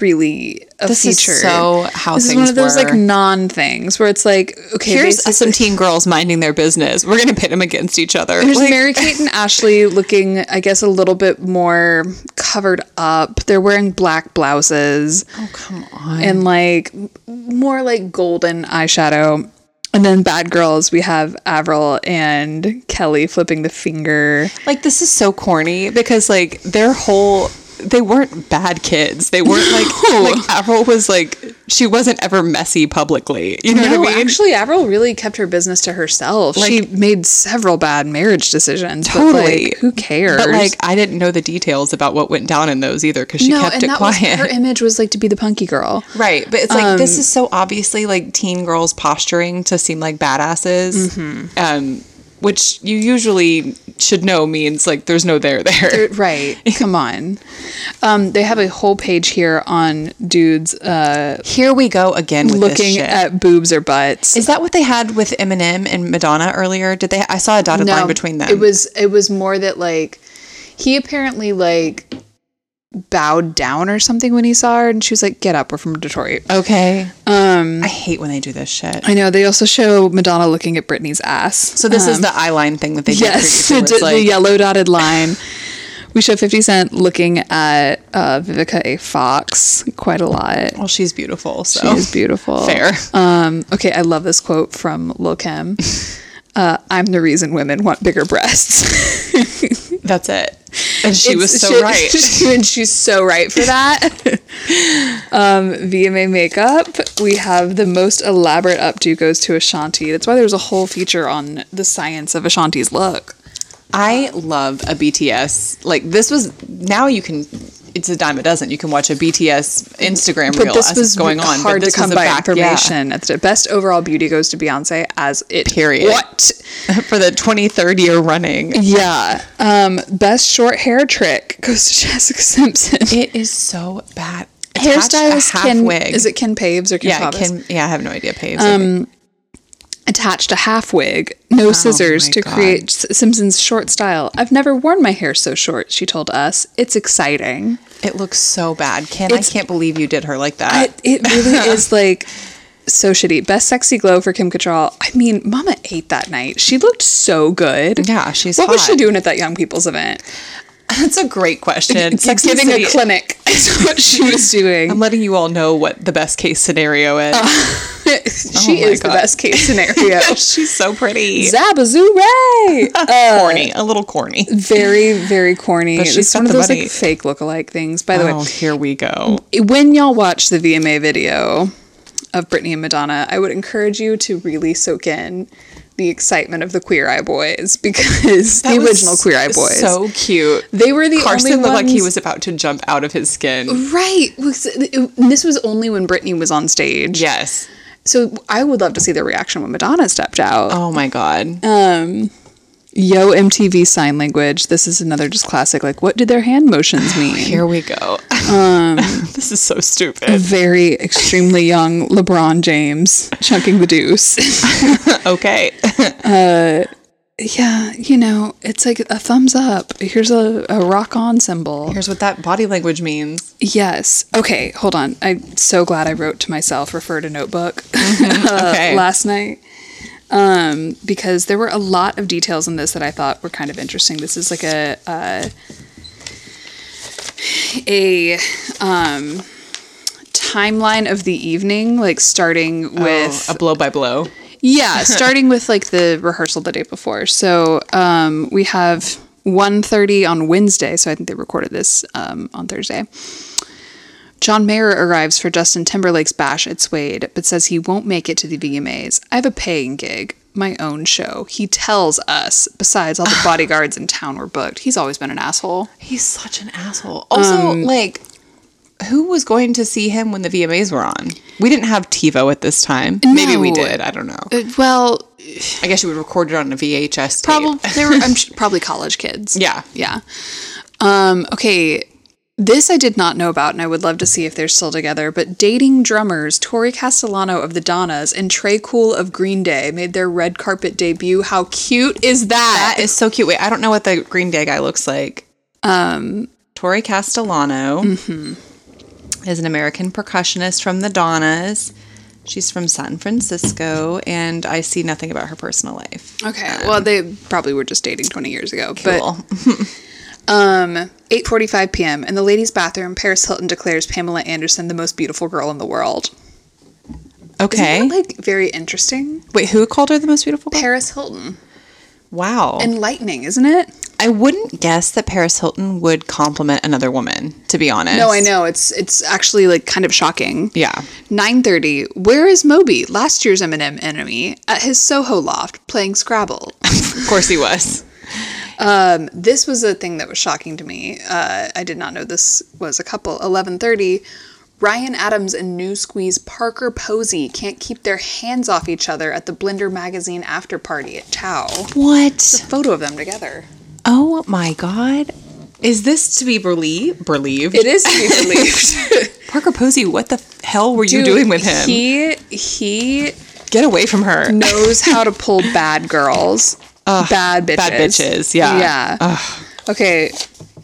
really a
This is
feature.
so how
this is
things
one of those
were.
like non things where it's like okay,
Here's
basically-
some teen girls minding their business. We're gonna pit them against each other.
There's
Like,
Mary Kate and Ashley looking, I guess, a little bit more covered up. They're wearing black blouses
oh come on.
and like m- more like golden eyeshadow. And then bad girls, we have Avril and Kelly flipping the finger.
Like this is so corny because like their whole they weren't bad kids. They weren't like like Avril was like she wasn't ever messy publicly. You know
No,
what I mean?
actually, Avril really kept her business to herself. she
Like-
made several bad marriage decisions. But
Totally.
like, who cares?
But like I didn't know the details about what went down in those either because she
no,
kept
and
it
that
quiet.
was her image was like to be the punky girl.
Right, but it's like this is so obviously like teen girls posturing to seem like badasses, um, which you usually should know means like there's no there there.
Right. Come on. Um, they have a whole page here on dudes uh,
Here we go again with this
looking
shit.
at boobs or butts.
is that what they had with Eminem and Madonna earlier? Did they? I saw a dotted line between them.
It was it was more that like he apparently like bowed down or something when he saw her and she was like, Get up, we're from Detroit.
okay. Um, I hate when they do this shit.
I know, they also show Madonna looking at Britney's ass.
So this is the eyeline thing that they did.
Um,
previously,
Yes, the,
where it's like,
the yellow dotted line. We show 50 Cent looking at uh, Vivica A. Fox quite a lot.
well, she's beautiful. So
She is beautiful.
Fair.
Um, okay, I love this quote from Lil Kim. Uh, I'm the reason women want bigger breasts.
That's it. And she was so
She-
right.
she- and she's so right for that. um, VMA makeup. We have the most elaborate updo goes to Ashanti. That's why there's a whole feature on the science of Ashanti's look.
I love a BTS. Like this was now you can. It's a dime a dozen. You can watch a BTS Instagram
But
reel
this
as it's
was
going on.
hard
but this
to come
was a
by
back- yeah.
information. That's the best overall beauty goes to Beyonce as it
Period.
What?
for the 23rd year running.
Yeah. Um, best short hair trick goes to Jessica Simpson.
It is so bad. Attach a
hairstylist
half
Ken
wig.
is it Ken Paves or Ken
yeah,
Pavis?
Ken, yeah, I have no idea. Paves. Um,
attached a half wig, no scissors
Oh my
to
God.
create S- Simpson's short style. I've never worn my hair so short, she told us. It's exciting.
it looks so bad. Ken, I
it's-
can't believe you did her like that.
It, it really is like so shitty. Best sexy glow for Kim Cattrall. I mean, Mama ate that night. She looked so good.
Yeah, she's
What was
hot.
she doing at that young people's event?
That's a great question. Sex and the
giving a
City-
clinic is what she was
I'm
doing.
letting you all know what the best case scenario is.
Oh, she
Oh my
is the
God.
best case scenario.
she's so pretty.
Zabazoo Ray.
corny, a little corny.
Uh, very, very corny.
But
It's
she's got
one of
the
those
money.
like fake lookalike things. By the way,
Oh, here we go.
when y'all watch the VMA video of Britney and Madonna, I would encourage you to really soak in the excitement of the Queer Eye Boys because
That
the
was
original Queer Eye Boys.
So cute.
they were the
Carson
only
looked like he
ones-
was about to jump out of his skin.
right. was- it- This was only when Britney was on stage.
Yes.
So I would love to see the reaction when Madonna stepped out.
Oh my god.
Um, yo MTV sign language. This is another just classic. Like, what did their hand motions mean?
Here we go.
um,
this is so stupid.
Very extremely young LeBron James chunking the deuce.
Okay.
yeah, you know, it's like a thumbs up. Here's a, a rock on symbol.
Here's what that body language means.
Yes. Okay, hold on. I'm so glad I wrote to myself, refer to notebook uh,
Okay.
last night. Um, because there were a lot of details in this that I thought were kind of interesting. This is like a uh, a um, timeline of the evening, like starting
Oh,
with
a blow by blow.
yeah, starting with like the rehearsal the day before. So um, we have 1.30 on Wednesday. So I think they recorded this um, on Thursday. John Mayer arrives for Justin Timberlake's bash at Suede, but says he won't make it to the VMAs. I have a paying gig, my own show. He tells us. Besides, all the bodyguards in town were booked. He's always been an asshole.
He's such an asshole. Also,
Um,
like, who was going to see him when the VMAs were on? We didn't have TiVo at this time. Maybe we
No.
did. I don't know.
Uh, well,
I guess you would record it on a VHS tape.
probably they were I'm sure, probably college kids.
Yeah.
Yeah. Um, okay. This I did not know about, and I would love to see if they're still together. But dating drummers Tori Castellano of the Donnas and Trey Cool of Green Day made their red carpet debut. How cute is that?
That is so cute. Wait, I don't know what the Green Day guy looks like. Um, Tori Castellano
mm-hmm.
is an American percussionist from the Donnas. She's from San Francisco, and I see nothing about her personal life.
okay. Well, they probably were just dating 20 years ago.
Cool.
But um, 8:45 p.m. in the ladies' bathroom, Paris Hilton declares Pamela Anderson the most beautiful girl in the world.
okay.
Isn't that, like very interesting?
Wait, who called her the most beautiful? girl?
Paris Hilton.
Wow.
Enlightening, isn't it?
I wouldn't guess that Paris Hilton would compliment another woman, to be honest.
No, I know. It's it's actually like kind of shocking.
Yeah.
9:30. Where is Moby, last year's Eminem enemy, at his Soho loft playing Scrabble?
Of course he was.
this was a thing that was shocking to me. Uh, I did not know this was a couple. 11:30. Ryan Adams and New Squeeze Parker Posey can't keep their hands off each other at the Blender magazine after party at Tao.
What?
Photo of them together.
Oh my God. Is this to be believed? Believed?
It is to be believed.
Parker Posey, what the f- hell were you doing with him?
He he
Get away from her.
knows how to pull bad girls, bad bitches.
bad bitches, yeah.
Yeah. Okay.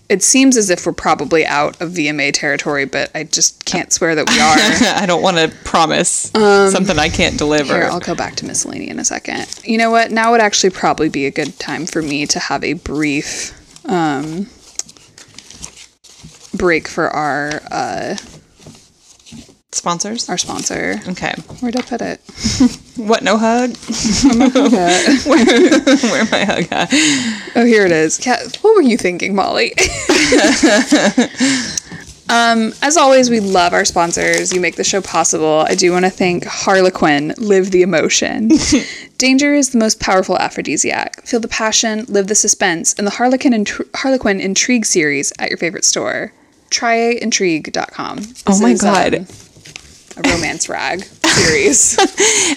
It seems as if we're probably out of VMA territory, but I just can't swear that we are.
I don't want to promise something I can't deliver.
Um, Here, I'll go back to miscellany in a second. You know what? Now would actually probably be a good time for me to have a brief um, break for our uh,
Sponsors?
our sponsor.
Okay.
Where'd I put it?
What, no hug?
Okay.
Where my hug at?
Oh, here it is. Kat, what were you thinking, Molly? um, as always, we love our sponsors. You make the show possible. I do want to thank Harlequin, Live the Emotion. Danger is the most powerful aphrodisiac. Feel the passion, live the suspense, in the Harlequin, Intr- Harlequin Intrigue series at your favorite store. Tryintrigue.com. This
Oh my
is, um,
God.
a romance rag series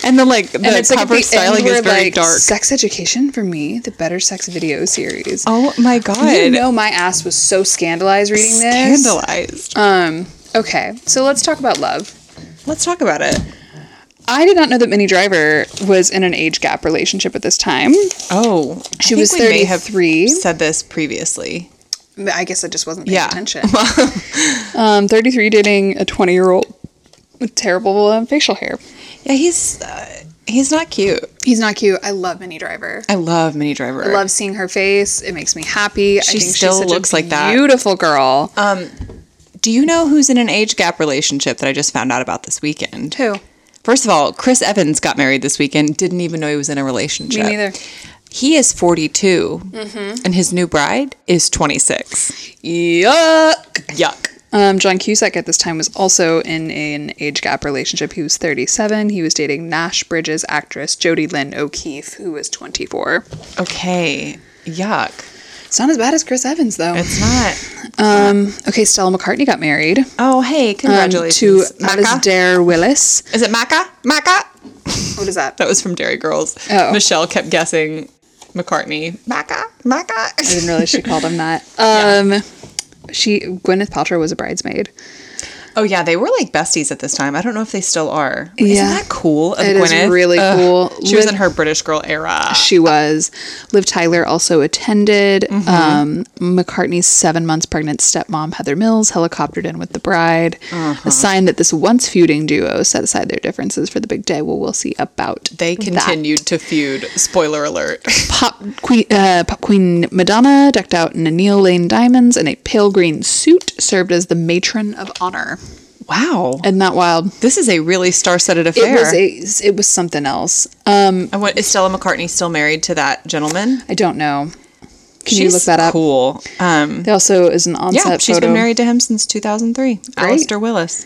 And the like, the
and it's
cover
like at the end
styling is
we're
very
like,
dark.
Sex education for me, the better sex video series.
Oh my God.
You know, my ass was so scandalized reading this.
Scandalized.
Um. Okay, so let's talk about love.
Let's talk about it.
I did not know that Minnie Driver was in an age gap relationship at this time.
Oh,
She
I think
was
we may have
33.
Said this previously.
I guess I just wasn't paying
Yeah.
attention. um, 33 dating a 20 year old with terrible uh, facial hair.
Yeah, he's uh, he's not cute.
He's not cute. I love Minnie Driver.
I love Minnie Driver.
I love seeing her face. It makes me happy. I
She
think
still
she's such
looks
a Uh,
like that.
Beautiful girl.
Do you know who's in an age gap relationship that I just found out about this weekend?
Who?
First of all, Chris Evans got married this weekend. Didn't even know he was in a relationship.
Me neither.
He is Mm-hmm. 42, and his new bride is 26.
Yuck.
Yuck.
Um, John Cusack at this time was also in an age gap relationship. He was 37. He was dating Nash Bridges actress Jodie Lynn O'Keefe, who was 24.
Okay. Yuck.
It's not as bad as Chris Evans, though.
It's not.
Um, okay, Stella McCartney got married um,
Oh, hey,
to
congratulations. Maca?
Alice Dare Willis.
Is it Maca? Maca?
What is that?
That was from Dairy Girls.
Oh.
Michelle kept guessing McCartney. Maca?
I
Maca?
didn't realize she called him that. Um, She Gwyneth Paltrow was a bridesmaid.
oh, yeah, they were like besties at this time. I don't know if they still are. Isn't
Yeah.
that cool? of
It is
Gwyneth?
really cool.
She was in
Liv-
her British girl era.
She was. Liv Tyler also attended.
Mm-hmm.
Um, McCartney's seven months pregnant stepmom, Heather Mills, helicoptered in with the bride.
Uh-huh.
A sign that this once feuding duo set aside their differences for the big day. Well, we'll see about
They
that.
continued to feud. Spoiler alert.
Pop queen, uh, pop queen Madonna, decked out in anneal lane diamonds and a pale green suit, served as the matron of honor.
Wow.
Isn't that wild?
This is a really star-studded
It
affair.
was a, it was something else. Um,
I want, is Stella McCartney still married to that gentleman?
I don't know. Can
She's
you look that up?
Cool. Um,
There also is an
yeah,
onset
she's
photo.
been married to him since 2003. Alistair Willis.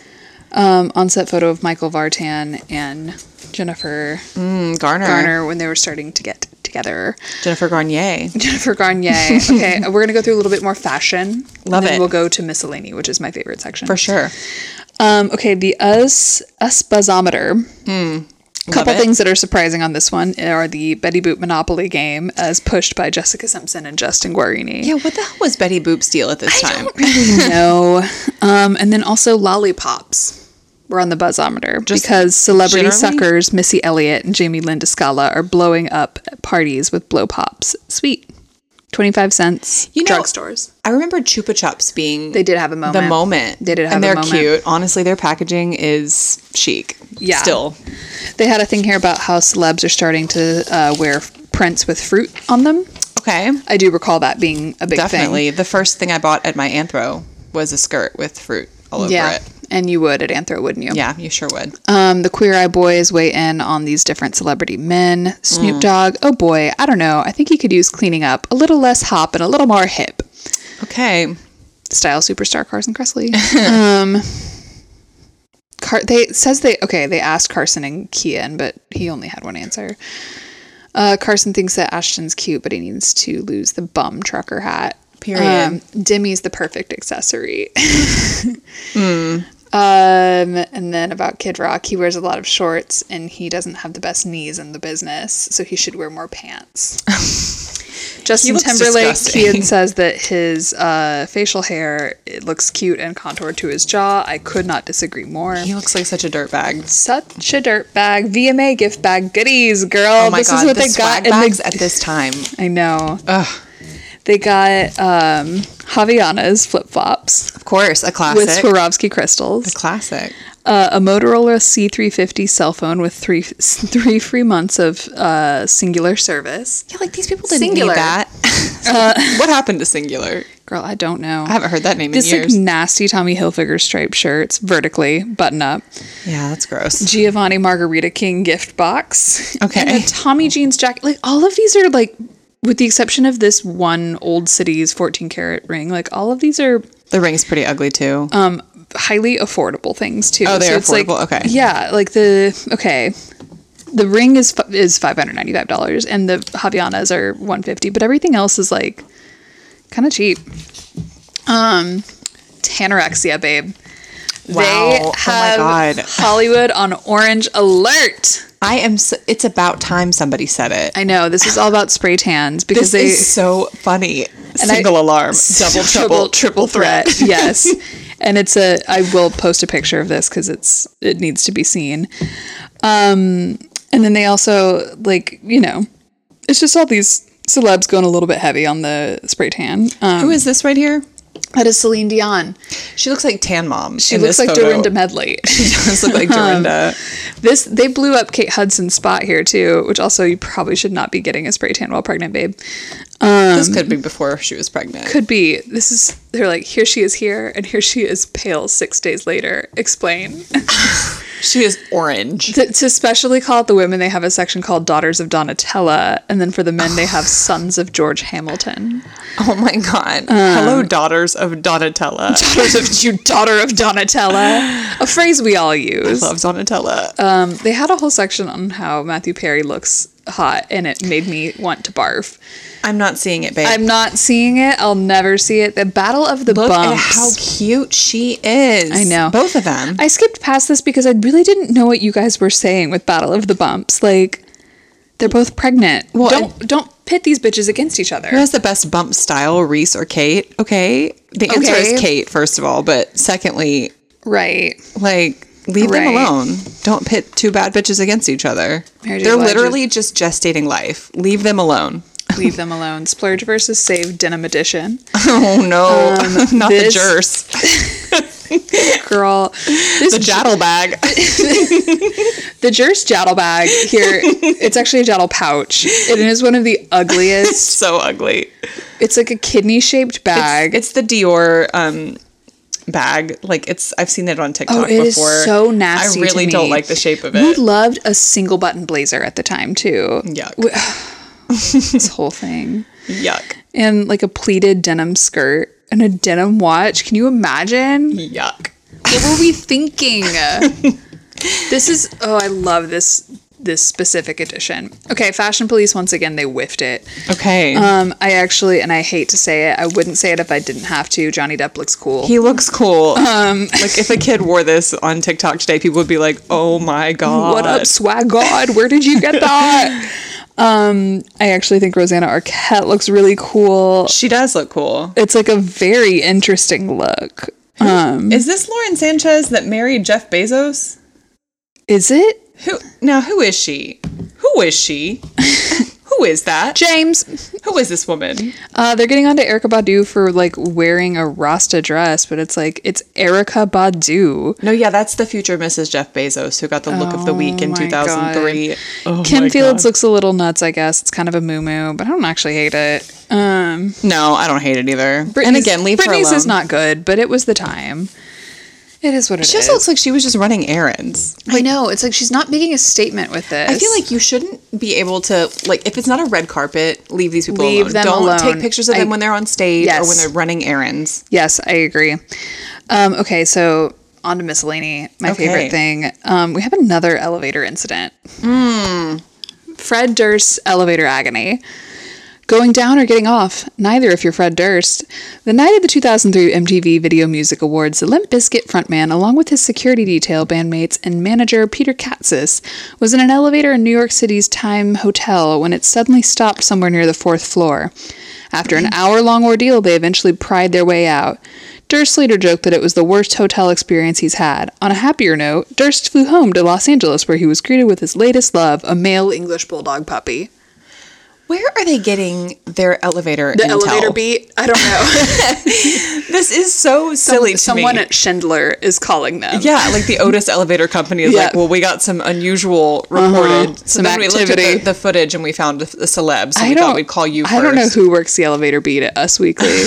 um, on-set photo of Michael Vartan and Jennifer
Mm, Garner.
Garner when they were starting to get together.
Jennifer Garnier.
Jennifer Garnier. Okay, we're gonna go through a little bit more fashion.
Love
and then
it.
We'll go to miscellany, which is my favorite section
For sure.
Um, okay, the us us buzzometer. Couple
Hmm. Love it.
things that are surprising on this one are the Betty Boop Monopoly game, as pushed by Jessica Simpson and Justin Guarini.
Yeah, what the hell was Betty Boop's deal at this time?
no. Um, and then also lollipops were on the buzzometer
Just
because celebrity
generally?
suckers Missy Elliott and Jamie Lynn Descala are blowing up at parties with blow pops. Sweet. 25 cents.
You know-
drugstores.
I remember Chupa Chups being
They did have a moment.
the moment.
They did have
and
a
they're
moment.
cute. Honestly, their packaging is chic.
Yeah.
Still.
They had a thing here about how celebs are starting to uh, wear prints with fruit on them.
Okay.
I do recall that being a big
Definitely. The first thing I bought at my anthro was a skirt with fruit all
thing.
over
Yeah.
it.
And you would at Anthro, wouldn't you?
Yeah, you sure would.
Um, the Queer Eye Boys weigh in on these different celebrity men. Snoop Dogg, oh boy, I don't know. I think he could use cleaning up a little less hop and a little more hip.
Okay.
Style superstar Carson Kressley. um, Car- they it says they okay. They asked Carson and Kian, but he only had one answer. Uh, Carson thinks that Ashton's cute, but he needs to lose the bum trucker hat.
Period.
Demi's the perfect accessory.
Hmm.
Um, and then about Kid Rock, he wears a lot of shorts and he doesn't have the best knees in the business, so he should wear more pants. Justin
looks
Timberlake,
disgusting.
Kian says that his uh, facial hair it looks cute and contoured to his jaw. I could not disagree more.
He looks like such a dirtbag.
Such a dirt bag. VMA gift bag goodies, girl.
Oh my
this
god,
is what
the
they got.
swag
in
bags
the-
at this time.
I know. They got um, Javiana's flip flops
Of course, a
with
classic.
Swarovski crystals.
classic.
uh, a Motorola C350 cell phone with three three free months of uh, singular service.
Yeah, like these people didn't
Singular.
need that.
Uh,
what happened to Singular?
Girl, I don't know.
I haven't heard that name
this
in
like
years.
nasty Tommy Hilfiger striped shirts, vertically button up.
yeah, that's gross.
Giovanni Margarita King gift box.
Okay.
And a Tommy Jeans jacket. Like all of these are like, with the exception of this one Old City's 14 karat ring, like all of these are
The ring's pretty ugly too.
highly affordable things too.
Oh, they are
it's like-
affordable? Okay.
Yeah, like the okay, the ring is fi- is five hundred ninety five dollars, and the Javianas are one fifty, but everything else is like kind of cheap. Um, Tanorexia, babe.
Wow. Oh my God.
Hollywood on orange alert.
I am. So, it's about time somebody said it.
I know this is all about spray tans because
This
they
is so funny.
and I-
Single alarm, double trouble, triple threat.
yes. And it's a I will post a picture of this cuz it's it needs to be seen. Um and then they also like, you know, it's just all these celebs going a little bit heavy on the spray tan. Um
Who is this right here?
that is Celine Dion.
She looks like Tan Mom.
She looks like Dorinda Medley.
She does look like
Um,
Dorinda.
This they blew up Kate Hudson's spot here too, which also you probably should not be getting a spray tan while pregnant, babe.
this could be before she was pregnant.
Could be. This is, they're like, here she is here, and here she is pale six days later. Explain.
She is orange.
To, to specially call out the women, they have a section called Daughters of Donatella, and then for the men, they have Sons of George Hamilton.
Oh my god. Hello, daughters of Donatella.
Um, Daughters of you, daughter of Donatella, a phrase we all use.
Love Donatella.
Um, they had a whole section on how Matthew Perry looks hot, and it made me want to barf.
I'm not seeing it, babe.
I'm not seeing it. I'll never see it. The Battle of the
Look
Bumps.
at how cute she is.
I know.
Both of them.
I skipped past this because I really didn't know what you guys were saying with Battle of the Bumps. Like, they're both pregnant.
Well,
don't don't pit these bitches against each
Who
other.
has the best bump style, Reese or Kate? Okay. The answer
Okay.
is Kate, first of all. But secondly,
Right.
like, leave
Right.
them alone. Don't pit two bad bitches against each other.
Mary J.
They're
Blige is-
literally just gestating life. Leave them alone.
Leave them alone. Splurge versus Save Denim Edition.
Oh, no. not
this-
the jerse.
Girl, this
The jattle bag.
The Jerse Jattle bag here, it's actually a Jattle pouch. It is one of the ugliest.
so ugly.
It's like a kidney shaped bag.
It's the Dior um bag. Like it's I've seen it on TikTok
Oh, it is
before.
so nasty.
I really
to me.
don't like the shape of
We
it.
loved a single button blazer at the time too.
Yuck.
This whole thing.
Yuck.
And like a pleated denim skirt and a denim watch. Can you imagine?
Yuck.
What were we thinking? this is oh, I love this this specific edition. Okay, Fashion Police once again they whiffed it.
Okay.
Um, I actually, and I hate to say it, I wouldn't say it if I didn't have to. Johnny Depp looks cool.
he looks cool.
Um,
like if a kid wore this on TikTok today, people would be like, "Oh my god,
what up, swag god? Where did you get that? um, I actually think Rosanna Arquette looks really cool.
She does look cool.
It's like a very interesting look.
Is this Lauren Sanchez that married Jeff Bezos?
Is it
Who now? Who is she? Who is she? who is that?
James?
Who is this woman?
Uh, they're getting onto Erica Badu for like wearing a Rasta dress, but it's like it's Erica Badu.
No, yeah, that's the future Mrs. Jeff Bezos who got the look of the week in
my
2003. Oh my
Kim Fields
Oh God.
looks a little nuts, I guess. It's kind of a moo moo, but I don't actually hate it. Um,
No, I don't hate it either. and
Britney's-
again, leave
Britney's
her alone.
is not good, but it was the time. It is what it is.
She also looks like she was just running errands.
I know. It's like she's not making a statement with this.
I feel like you shouldn't be able to like if it's not a red carpet, leave these people
Leave
alone.
them
Don't
alone.
take pictures of
I-
them when they're on stage or
Yes.
when they're running errands.
yes, I agree. Um, okay, so on to miscellany. My
Okay.
favorite thing. Um, we have another elevator incident. Hmm. Fred Durst elevator agony. Going down or getting off, neither if you're Fred Durst. The night of the 2003 MTV Video Music Awards, the Limp Bizkit frontman, along with his security detail bandmates and manager Peter Katzis, was in an elevator in New York City's Time Hotel when it suddenly stopped somewhere near the fourth floor. After an hour long ordeal, they eventually pried their way out. Durst later joked that it was the worst hotel experience he's had. On a happier note, Durst flew home to Los Angeles where he was greeted with his latest love, a male English bulldog puppy.
Where are they getting their elevator
The
intel?
elevator beat? I don't know.
This is so silly to
Someone
me.
at Schindler is calling them.
yeah, like the Otis elevator company is
Yeah. Uh-huh.
like, well, we got some unusual reported. So
Some
then we looked at
activity.
the, the footage and we found a, a celeb. So
I
we
don't,
thought Oh we'd call you. First.
I don't know who works the elevator beat at Us Weekly.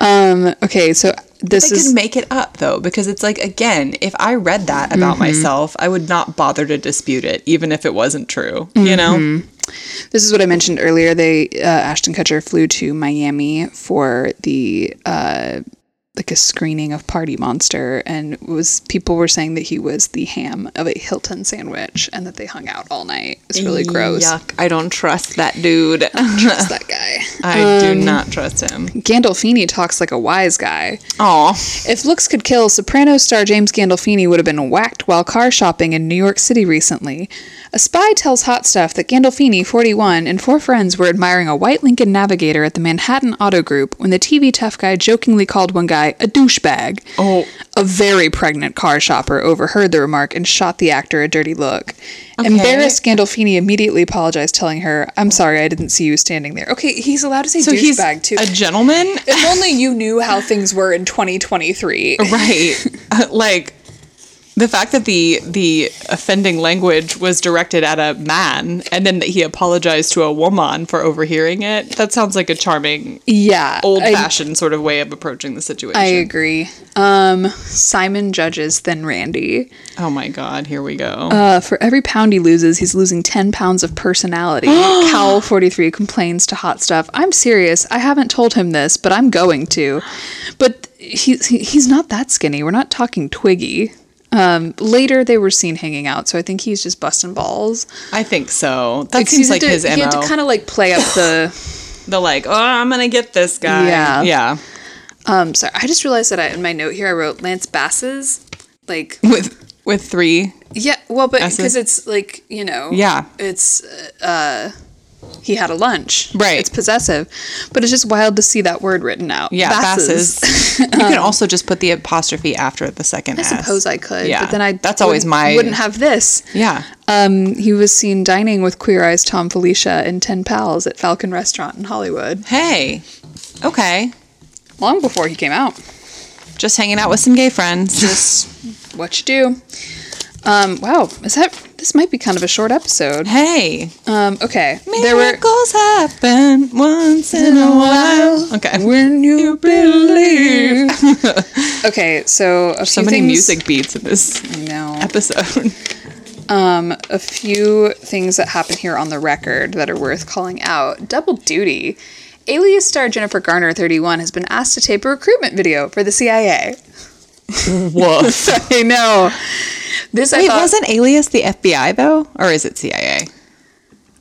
um, okay, so this
they
is
could make it up though because it's like again if i read that about
Mm-hmm.
myself i would not bother to dispute it even if it wasn't true you
Mm-hmm.
know
This is what I mentioned earlier. They uh, Ashton Kutcher flew to Miami for the uh, like a screening of Party Monster, and was people were saying that he was the ham of a Hilton sandwich, and that they hung out all night. It's really gross.
yuck i don't trust that dude
Trust that guy.
i
Um,
do not trust him
Gandolfini talks like a wise guy.
oh
If looks could kill, Soprano star James Gandolfini would have been whacked while car shopping in New York City recently. A spy tells Hot Stuff that Gandolfini, 41, and four friends were admiring a white Lincoln Navigator at the Manhattan Auto Group when the TV tough guy jokingly called one guy a douchebag.
Oh.
A very pregnant car shopper overheard the remark and shot the actor a dirty look. Embarrassed, Gandolfini immediately apologized, telling her, I'm sorry I didn't see you standing there. Okay, he's allowed to say
so he's
douchebag too.
a gentleman
If only you knew how things were in 2023.
right Uh, like the fact that the the offending language was directed at a man and then that he apologized to a woman for overhearing it, that sounds like a charming
Yeah.
old
I-
fashioned sort of way of approaching the situation.
I agree. Um, Simon judges then Randy.
oh my god, here we go.
Uh, for every pound he loses, he's losing 10 pounds of personality. Cowl43 complains to Hot Stuff, I'm serious. I haven't told him this, but I'm going to. But he, he- he's not that skinny. We're not talking Twiggy. Um, later, they were seen hanging out, so I think he's just busting balls.
I think so. That
Like,
seems
he
like
had
his
to-
MO.
He had to kind of like play up the.
the like, oh, I'm gonna get this guy.
Yeah.
yeah.
Um, sorry, I just realized that I, in my note here I wrote Lance Bass's. Like,
With with three,
yeah, well, but
S's?
because it's like, you know.
Yeah.
It's uh, he had a lunch.
Right.
It's possessive. But it's just wild to see that word written out.
yeah,
Basses. Um,
passes. you can also just put the apostrophe after the second.
I suppose I could.
Yeah.
But then I
That's always
wouldn't-
my-
wouldn't have this.
Yeah.
Um, he was seen dining with Queer Eyes Tom Felicia and Ten Pals at Falcon Restaurant in Hollywood.
Hey. Okay.
Long before he came out.
Just hanging out with some gay friends. Just
What you do. Um, wow, is that this might be kind of a short episode.
hey.
Um, okay. There were
Miracles happen once in a while. Okay. When you believe.
Okay, so a
So
few
many
things-
music beats in this
I know.
episode.
a few things that happen here on the record that are worth calling out. Double duty. Alias star Jennifer Garner, 31, has been asked to tape a recruitment video for the CIA.
Woof.
I know. This I
Wait,
thought,
wasn't Alias the FBI though, or is it CIA?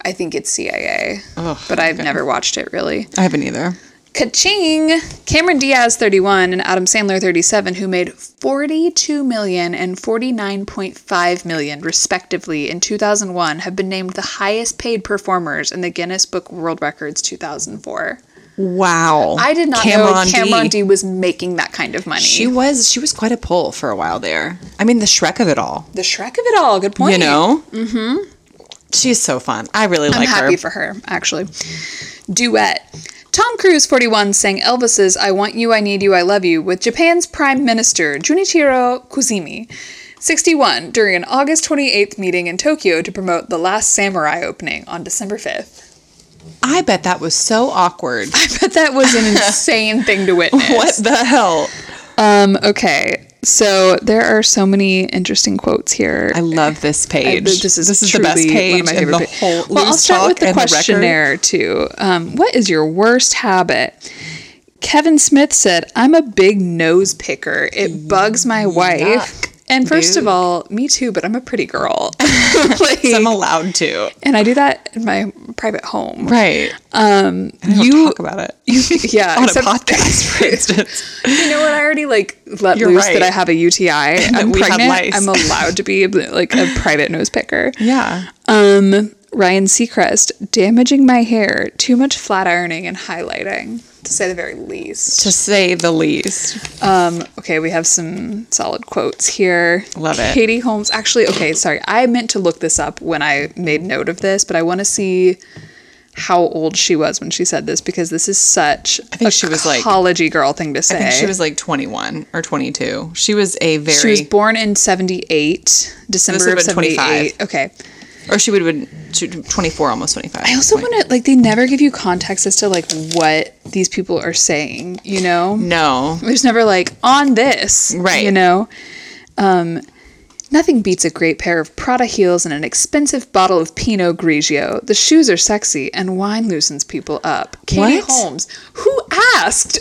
I think it's CIA,
Ugh,
but I've
okay.
never watched it really.
I haven't either.
Kaching! Cameron Diaz, 31, and Adam Sandler, 37, who made 42 million and 49.5 million, respectively, in 2001, have been named the highest paid performers in the Guinness Book of World Records 2004.
Wow.
I did not
Cameron
know
D.
Cameron D. was making that kind of money.
She was she was quite a pull for a while there. I mean, the Shrek of it all.
the Shrek of it all. Good point.
You know. Mm-hmm. She's so fun. I really
I'm
like
happy
her.
for her, actually. Duet. Tom Cruise, 41, sang Elvis's I Want You, I Need You, I Love You with Japan's Prime Minister Junichiro Koizumi, 61, during an August 28th meeting in Tokyo to promote The Last Samurai opening on December 5th.
I bet that was so awkward.
I bet that was an insane thing to witness.
what the hell?
Um, okay, so there are so many interesting quotes here.
I love this
I-
page.
th- This is,
the best
truly
page
One of my
in
favorite
the
pa-
whole.
Well, I'll
Loose
start with
Talk
the
and record.
questionnaire too. Um, what is your worst habit? Kevin Smith said, "I'm a big nose picker. It bugs my wife."
Yuck,
and first of
dude.
all, me too. But I'm a pretty girl, Like,
'Cause I'm allowed to.
and I do that in my private home.
Right.
Um,
you
you,
talk about it
yeah,
on a
except-
podcast, for instance.
You know what? I already like let
You're
loose
right.
that I have a UTI. I'm
we have
pregnant.
lice.
I'm allowed to be like a private nose picker.
yeah.
Um, Ryan Seacrest, damaging my hair, too much flat ironing and highlighting, to say the very least.
To say the least.
Um, okay, we have some solid quotes here.
Love it.
Katie Holmes, actually, okay, sorry, I meant to look this up when I made note of this, but I want to see how old she was when she said this because this is such
I think
a
she was, like-
college girl thing to say.
I think she was like 21 or 22. She was a very
She was born in 78, December
would've
of
been 25.
78. Okay.
or she would have been she- 24 almost 25
I also want to like they never give you context as to like what these people are saying, you know?
no
There's never like on this,
Mm. Right.
You know, um, nothing beats a great pair of Prada heels and an expensive bottle of Pinot Grigio. The shoes are sexy, and wine loosens people up. Katie
What?
Holmes, who asked?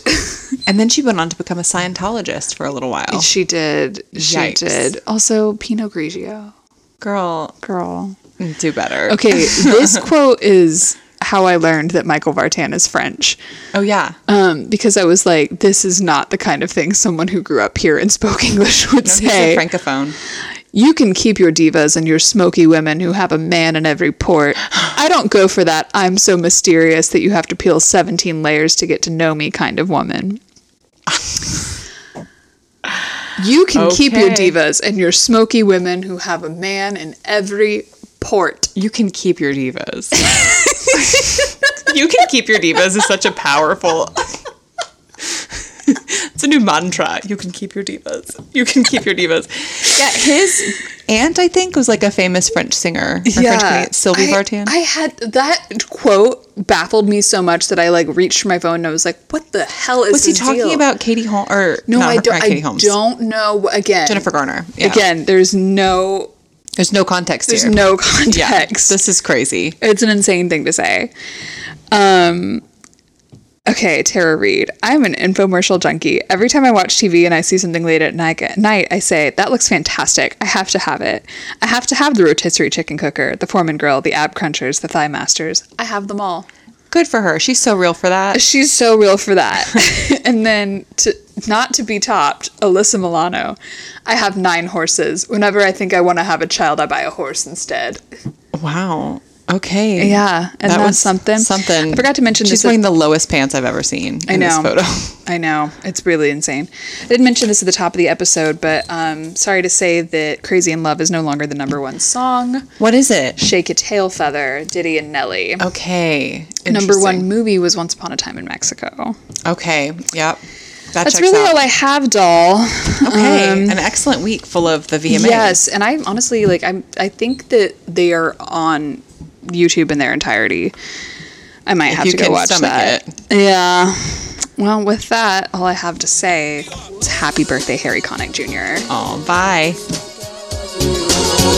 and then she went on to become a scientologist for a little while
she did. She
Oh. Yikes.
did. Also, Pinot Grigio,
girl
girl.
do better
Okay, this quote is how I learned that Michael Vartan is French.
oh yeah
um, because I was like, this is not the kind of thing someone who grew up here and spoke English would
he's a
say.
francophone
you can keep your divas and your smoky women who have a man in every port. I don't go for that I'm so mysterious that you have to peel 17 layers to get to know me kind of woman. You can keep your
Okay.
divas and your smoky women who have a man in every port.
you can keep your divas you can keep your divas is such a powerful it's a new mantra you can keep your divas you can keep your divas
Yeah, his
Aunt, I think, was like a famous French singer. Or French comedian, Sylvie
I,
Vartan.
I had that quote baffled me so much that I like reached for my phone and I was like, "What the hell is?"
was he
his
talking
deal?
about Katie Holmes? Or
No,
not
I
her-
don't.
not
I
Katie Holmes.
don't know. Again,
Jennifer Garner. Yeah.
Again, there's no,
There's no context
there's
here.
no
Yeah.
context.
This is crazy.
It's an insane thing to say. Um, okay, Tara Reid. I'm an infomercial junkie. Every time I watch TV and I see something late at night, at night, I say, that looks fantastic. I have to have it. I have to have the rotisserie chicken cooker, the Foreman grill, the ab crunchers, the thigh masters. I have them all.
Good for her. She's so real for that.
She's so real for that. and then to not to be topped, Alyssa Milano. I have nine horses. Whenever I think I want to have a child, I buy a horse instead.
Wow. Okay.
Yeah, and that's
was
something.
Something.
I forgot to mention
She's
this-
wearing the lowest pants I've ever seen in this photo.
I know. It's really insane. I did mention this at the top of the episode, but um, sorry to say that Crazy in Love is no longer the number one song.
What is it?
Shake a Tail Feather, Diddy and Nelly.
Okay.
number
Oh,
one
Interesting.
movie was Once Upon a Time in Mexico.
Okay. Yep. That
That's
checks
really
out.
all I have, doll.
Okay,
Um,
an excellent week full of the VMAs.
Yes, and I honestly like I I think that they are on YouTube in their entirety. I might have
you
to go
can
watch
stomach
that. Yeah. Well, with that, all I have to say is happy birthday, Harry Connick Jr.
Oh, bye.
Do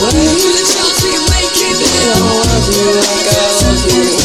the till you make it. I love you like I love you.